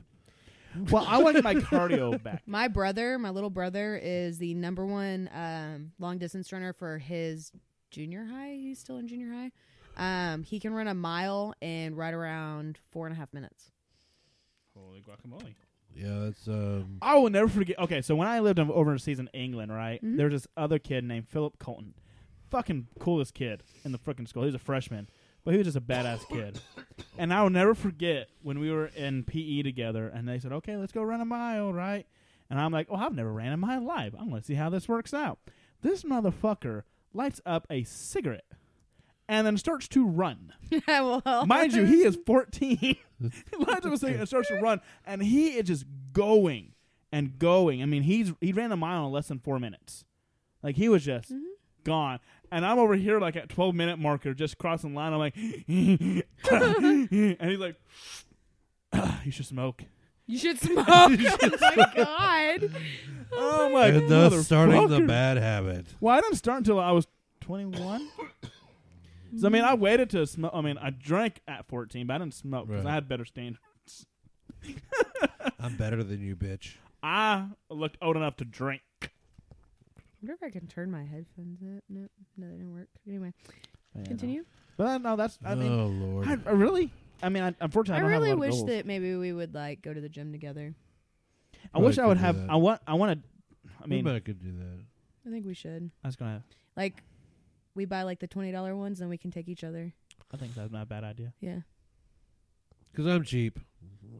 well, I want to get <laughs> my cardio back. My brother, my little brother, is the number one um, long distance runner for his junior high. He's still in junior high. Um, he can run a mile in right around four and a half minutes. <laughs> Holy guacamole! Yeah, that's um. I will never forget. Okay, so when I lived ov- overseas in England, right, Mhm. there was this other kid named Philip Colton, fucking coolest kid in the freaking school. He was a freshman, but he was just a badass kid. And I will never forget when we were in PE together, and they said, "Okay, let's go run a mile," right? And I'm like, "Oh, I've never ran in my life. I'm going to see how this works out." This motherfucker lights up a cigarette and then starts to run. <laughs> well, Mind you, he is 14. <laughs> Elijah was saying it starts to run, and he is just going and going. I mean, he's he ran a mile in less than four minutes. Like he was just gone. And I'm over here like at 12 minute marker, just crossing line. I'm like, <laughs> and he's like, <sighs> "Ah, you should smoke. <laughs> you should smoke. <laughs> oh my god. Oh my and thus starting the motherfucker. <laughs> bad habit. Well, I didn't start until I was 21. so I mean, I waited to smoke. I mean, I drank at 14, but I didn't smoke because Right. I had better standards. I'm better than you, bitch. I looked old enough to drink. I wonder if I can turn my headphones up. No, no, they didn't work. Anyway, continue. But I- no, that's. <laughs> I mean, oh lord. I, I really. I mean, I, I, unfortunately, I, don't really have a lot of wish goals. that maybe we would like go to the gym together. I wish I Probably would could do have. that. I want. I want to. I Maybe mean, I could do that. I think we should. I was gonna. Like, we buy like the twenty dollar ones, and we can take each other. I think that's not a bad idea. Yeah, Because I'm cheap.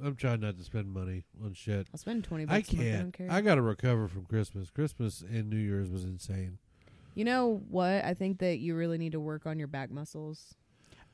I'm trying not to spend money on shit. I'll spend twenty. Bucks a I month, I can't. don't care. I got to recover from Christmas. Christmas and New Year's was insane. you know what? I think that you really need to work on your back muscles.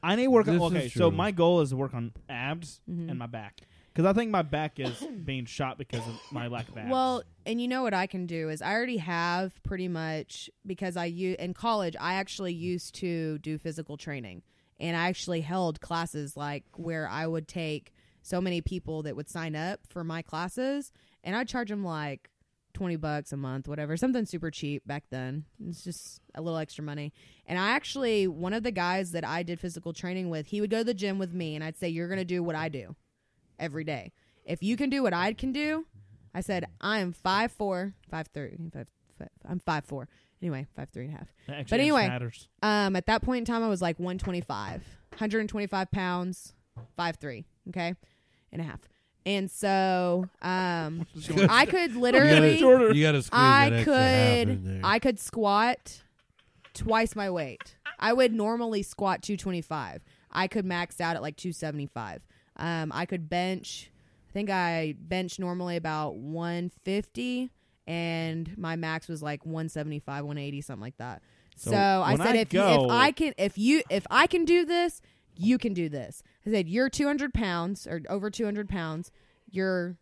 I need to work on. This is Okay, so true. my goal is to work on abs Mhm. and my back. because I think my <coughs> back is being shot because of my lack of abs. Well, and you know what I can do is I already have pretty much because I u- in college I actually used to do physical training and I actually held classes like where I would take so many people that would sign up for my classes and I'd charge them like 20 bucks a month, whatever, something super cheap back then. It's just a little extra money. And I actually one of the guys that I did physical training with, he would go to the gym with me and I'd say you're going to do what I do every day. If you can do what I can do, I said I am five four, five three, five, five, I'm five four. Anyway, five three and a half. That but actually anyway, matters. Um, at that point in time, I was like 125, 125 pounds, five three, okay, and a half. And so, um, I could literally, Shorter. You got to squeeze I that extra half in could, there. I could squat twice my weight. I would normally squat 225. I could max out at like 275. Um, I could bench. I think I bench normally about 150, and my max was like 175, 180, something like that. So So, I when said, I if you, go- if I can, if you, if I can do this, you can do this. I said, you're 200 pounds or over 200 pounds. You're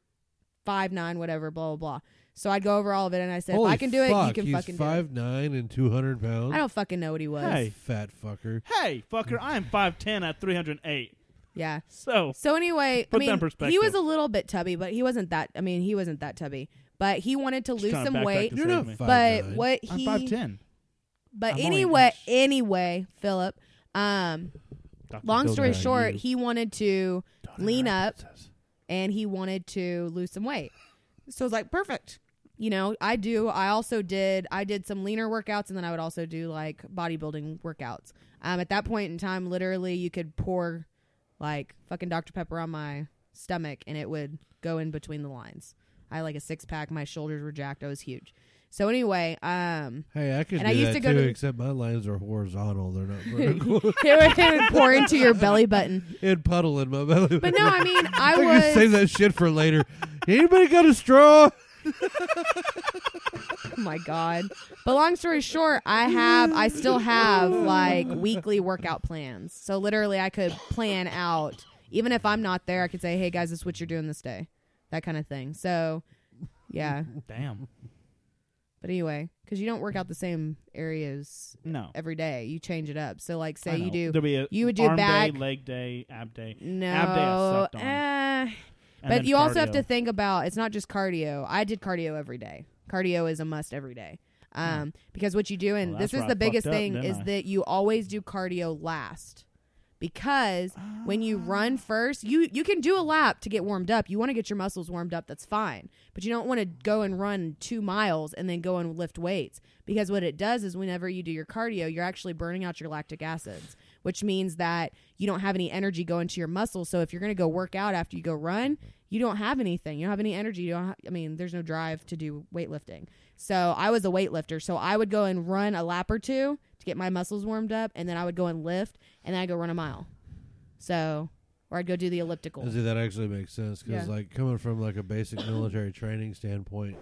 five nine, whatever, blah blah blah. So I'd go over all of it, and I said, Holy if I can do it, fuck, you can he's fucking do it. five nine and two hundred pounds. I don't fucking know what he was. Hey. fat fucker. Hey, fucker! I am five ten at three hundred eight. Yeah. So So anyway, I Put that in mean, he perspective. was a little bit tubby, but he wasn't that. I mean, he wasn't that tubby, but he wanted to lose trying to some backtrack weight. this You're Save not me. five But nine. what I'm he, five ten. but I'm only an anyway, inch. anyway, Philip. Um, long story short, he wanted to lean up and he wanted to lose some weight. So I was like, perfect. You know, I do. I also did. I did some leaner workouts, and then I would also do like bodybuilding workouts. Um, at that point in time, literally, you could pour like fucking Dr Pepper on my stomach, and it would go in between the lines. I had like a six pack. My shoulders were jacked. I was huge. So anyway, um, <laughs> Hey, I could And I do used that to go too, to the- except my lines are horizontal; <laughs> they're not vertical. <laughs> it would, it would pour into your belly button. It'd puddle in my belly. But no, I mean, I <laughs> I was could save that shit for later. Anybody got a straw? Oh my god. But long story short, I have I still have like weekly workout plans. So literally I could plan out even if I'm not there, I could say, "Hey guys, this is what you're doing this day." That kind of thing. So, yeah. Damn. But anyway, cuz you don't work out the same areas No. every day. You change it up. So like I say you know. do There'll be a you would do arm back- day, leg day, ab day, and no. day I sucked on. eh. then But you also have cardio. to think about it's not just cardio. I did cardio every day. Cardio is a must every day. Um, because what you do, and Well, this that's where is I the biggest fucked up, thing, didn't is I? that you always do cardio last. Because when you run first, you you can do a lap to get warmed up. You want to get your muscles warmed up. That's fine, but you don't want to go and run two miles and then go and lift weights because what it does is whenever you do your cardio, you're actually burning out your lactic acids, which means that you don't have any energy going to your muscles. So if you're going to go work out after you go run, you don't have anything. You don't have any energy. You don't. ha I mean, there's no drive to do weightlifting. So I was a weightlifter. So I would go and run a lap or two to get my muscles warmed up, and then I would go and lift, and then I would go run a mile. So, or I'd go do the elliptical. See, that actually makes sense because, Yeah. like, coming from like a basic military training standpoint,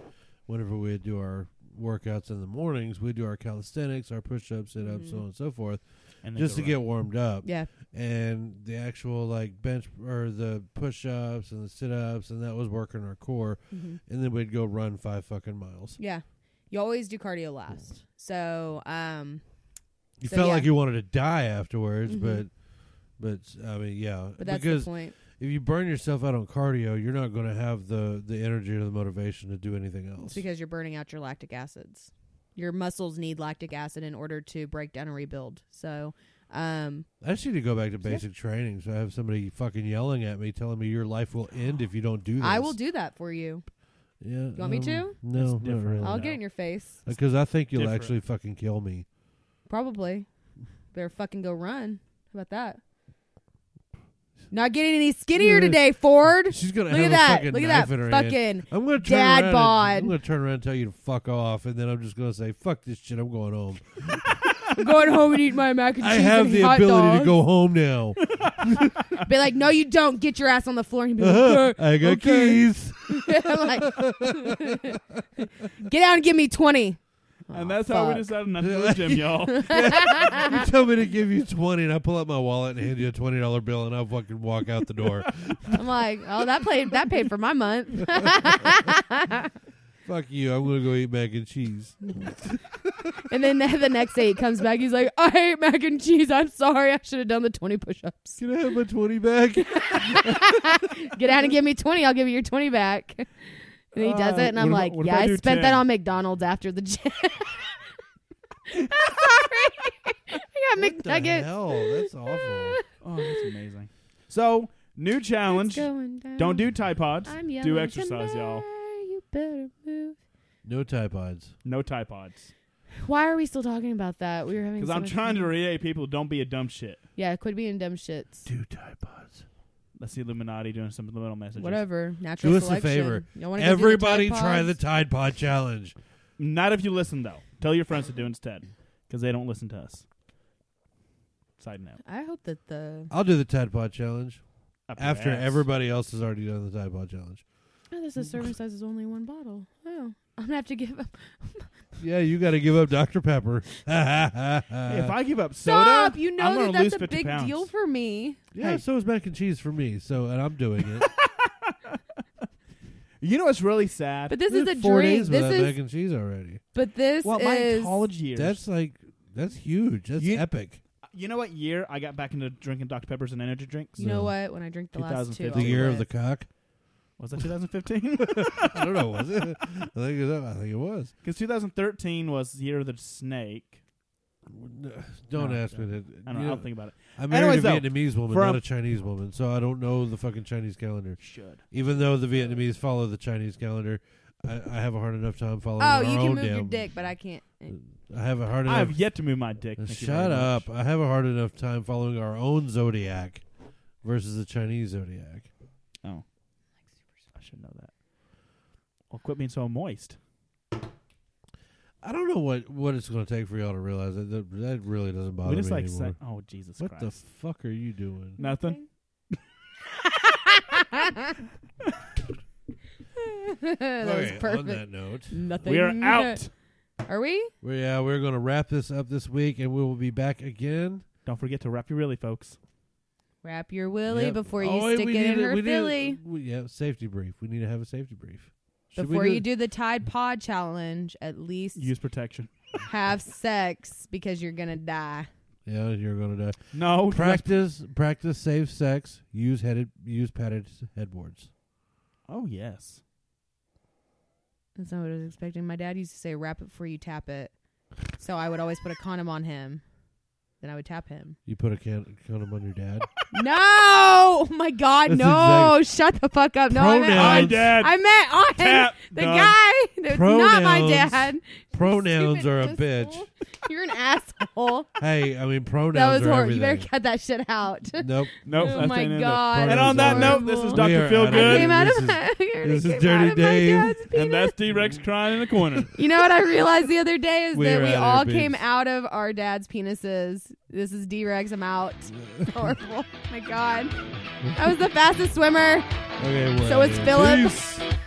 whenever we would do our workouts in the mornings, we do our calisthenics, our push-ups, sit-ups, Mm-hmm. so on and so forth, And then just to go get run. warmed up. Yeah, and the actual like bench or the push ups and the sit ups and that was working our core and then we'd go run five fucking miles. Mm-hmm. yeah. You always do cardio last. So, um, You So, felt yeah. like you wanted to die afterwards, Mhm. but but I mean yeah. but that's because the point. if you burn yourself out on cardio, you're not gonna have the, the energy or the motivation to do anything else. It's because you're burning out your lactic acids. Your muscles need lactic acid in order to break down and rebuild. So, um, I just need to go back to basic training so I have somebody fucking yelling at me telling me your life will end if you don't do this. I will do that for you. yeah, You want me to? That's No, not different. really. I'll no. get in your face, Because I think you'll Different. actually fucking kill me. probably. Better fucking go run. How about that? Not getting any skinnier today, Ford. <laughs> She's gonna Look have at a that. fucking Look knife at in her that. hand. Fucking. I'm gonna turn dad around bod. And, I'm gonna turn around and tell you to fuck off, and then I'm just gonna say, "Fuck this shit. I'm going home. I'm going home and eat my mac and cheese. I have and the hot ability dogs. to go <laughs> home now. Be like, no, you don't. Get your ass on the floor and be like, Uh-huh. <laughs> okay, I <laughs> got okay." keys. <laughs> I'm like, get out and give me twenty. and Oh, that's how we decided not to go to <laughs> the gym, y'all. you tell me to give you twenty, and I pull out my wallet and hand you a twenty dollar bill, and I fucking walk out the <laughs> door. <laughs> I'm like, oh, that played that paid for my month. Fuck you! I'm gonna go eat mac and cheese. and then <laughs> the, the next day he comes back, he's like, I hate mac and cheese. I'm sorry, I should have done the 20 push-ups. Can I have my <laughs> twenty back? Get out and give me 20. I'll give you your 20 back. And he does Uh, it, and I'm what if- like, what if yeah, I I, do spent 10? that on McDonald's after the gym. <laughs> I'm sorry, <laughs> I got McNuggets. hell, that's awful. Oh, that's amazing. So, new It's challenge. going down. Don't do tie pods. I'm yelling do exercise, timber, y'all. You better move. No tie pods. No tie pods. Why are we still talking about that? We were having. Because so I'm much trying to fun. reiterate people don't be a dumb shit. Yeah, quit being dumb shits. Do tie pods. That's the Illuminati doing some little messages. Whatever. Natural us a selection. favor. Y'all wanna go do the Everybody Tide try the Pods? Tide Pod challenge. Not if you listen, though. Tell your friends to do instead. Because they don't listen to us. Side note. I hope that the I'll do the Tide Pod challenge Up your after ass. everybody else has already done the Tide Pod challenge. oh, this is serving size is only one bottle. Oh, I'm gonna have to give up. Yeah, you got to give up Dr Pepper. Hey, if <laughs> yeah, I give up soda, Stop! You I'm know gonna that lose that's a 50 big pounds. deal for me. Hey. so is mac and cheese for me. So, and I'm doing it. You know what's really sad? But <laughs> this We're is a four drink. days This without is. mac and cheese already. But this well, my is. college years. That's like that's huge. That's You- epic. you know what year I got back into drinking Dr. Peppers and energy drinks? You know So- what? When I drink the last two, 2015. The I'll year of the quit. cock. Was that 2015? <laughs> I don't know. Was it? I think it was. I think it was. Because 2013 was the year of the snake. <laughs> Don't No, ask me that. I don't you know. know, I'll think about it. I married Anyways, though, a Vietnamese woman, from- not a Chinese woman, so I don't know the fucking Chinese calendar. Should. Even though the Vietnamese follow the Chinese calendar, I, I have a hard enough time following. Oh, our you own can move your damn- dick, but I <laughs> can't. <laughs> I have a hard I have enough. yet to move my dick. Uh, Thank you shut very much. up! I have a hard enough time following our own zodiac versus the Chinese zodiac. Oh. I should know that. Well, quit being so moist. I don't know what what it's going to take for y'all to realize that that, that really doesn't bother we just me like anymore. say, oh Jesus what Christ! the fuck are you doing? Nothing. that okay, was On perfect. that note, Nothing. We are out. Are we? well, yeah, we're going to wrap this up this week, and we will be back again. Don't forget to wrap your really, folks. Wrap your willy Yep. before you Oh, wait, stick we it in need a- her we need a- filly. we- yeah, safety brief. We need to have a safety brief. Should we Before do you do the Tide Pod challenge, at least Use protection. have sex because you're gonna die. Yeah, you're going to die. No. Practice, practice safe sex. Use headed, use padded headboards. Oh yes. That's not what I was expecting. My dad used to say, "Wrap it before you tap it," so I would always put a condom on him. Then I would tap him. <laughs> You put a can- condom on your <laughs> dad. No! Oh my God! That's no! Shut the fuck up! No, I meant on. Pronoun. Hi, Pronouns. Dad. I meant on Tap. the Done. guy. That's not my Pronouns. dad. pronouns Stupid are a bitch. asshole. You're an asshole. hey, I mean pronouns that was are horrible. You everything. better cut that shit out. <laughs> nope. <laughs> Nope. oh that's my the end of it. God! And on that That is note, this is horrible. We Doctor are Feel outta I here. Good, came out This of is- my. <laughs> this is came Dirty out of my Dave. dad's and penis. that's D Rex crying in the corner. You know what I realized the other day is We that are we outta all here, came babes. out of our dad's penises. This is D-Regs. I'm out. Horrible. My God. I was the fastest swimmer. Okay, So it's whatever. Philip. Peace.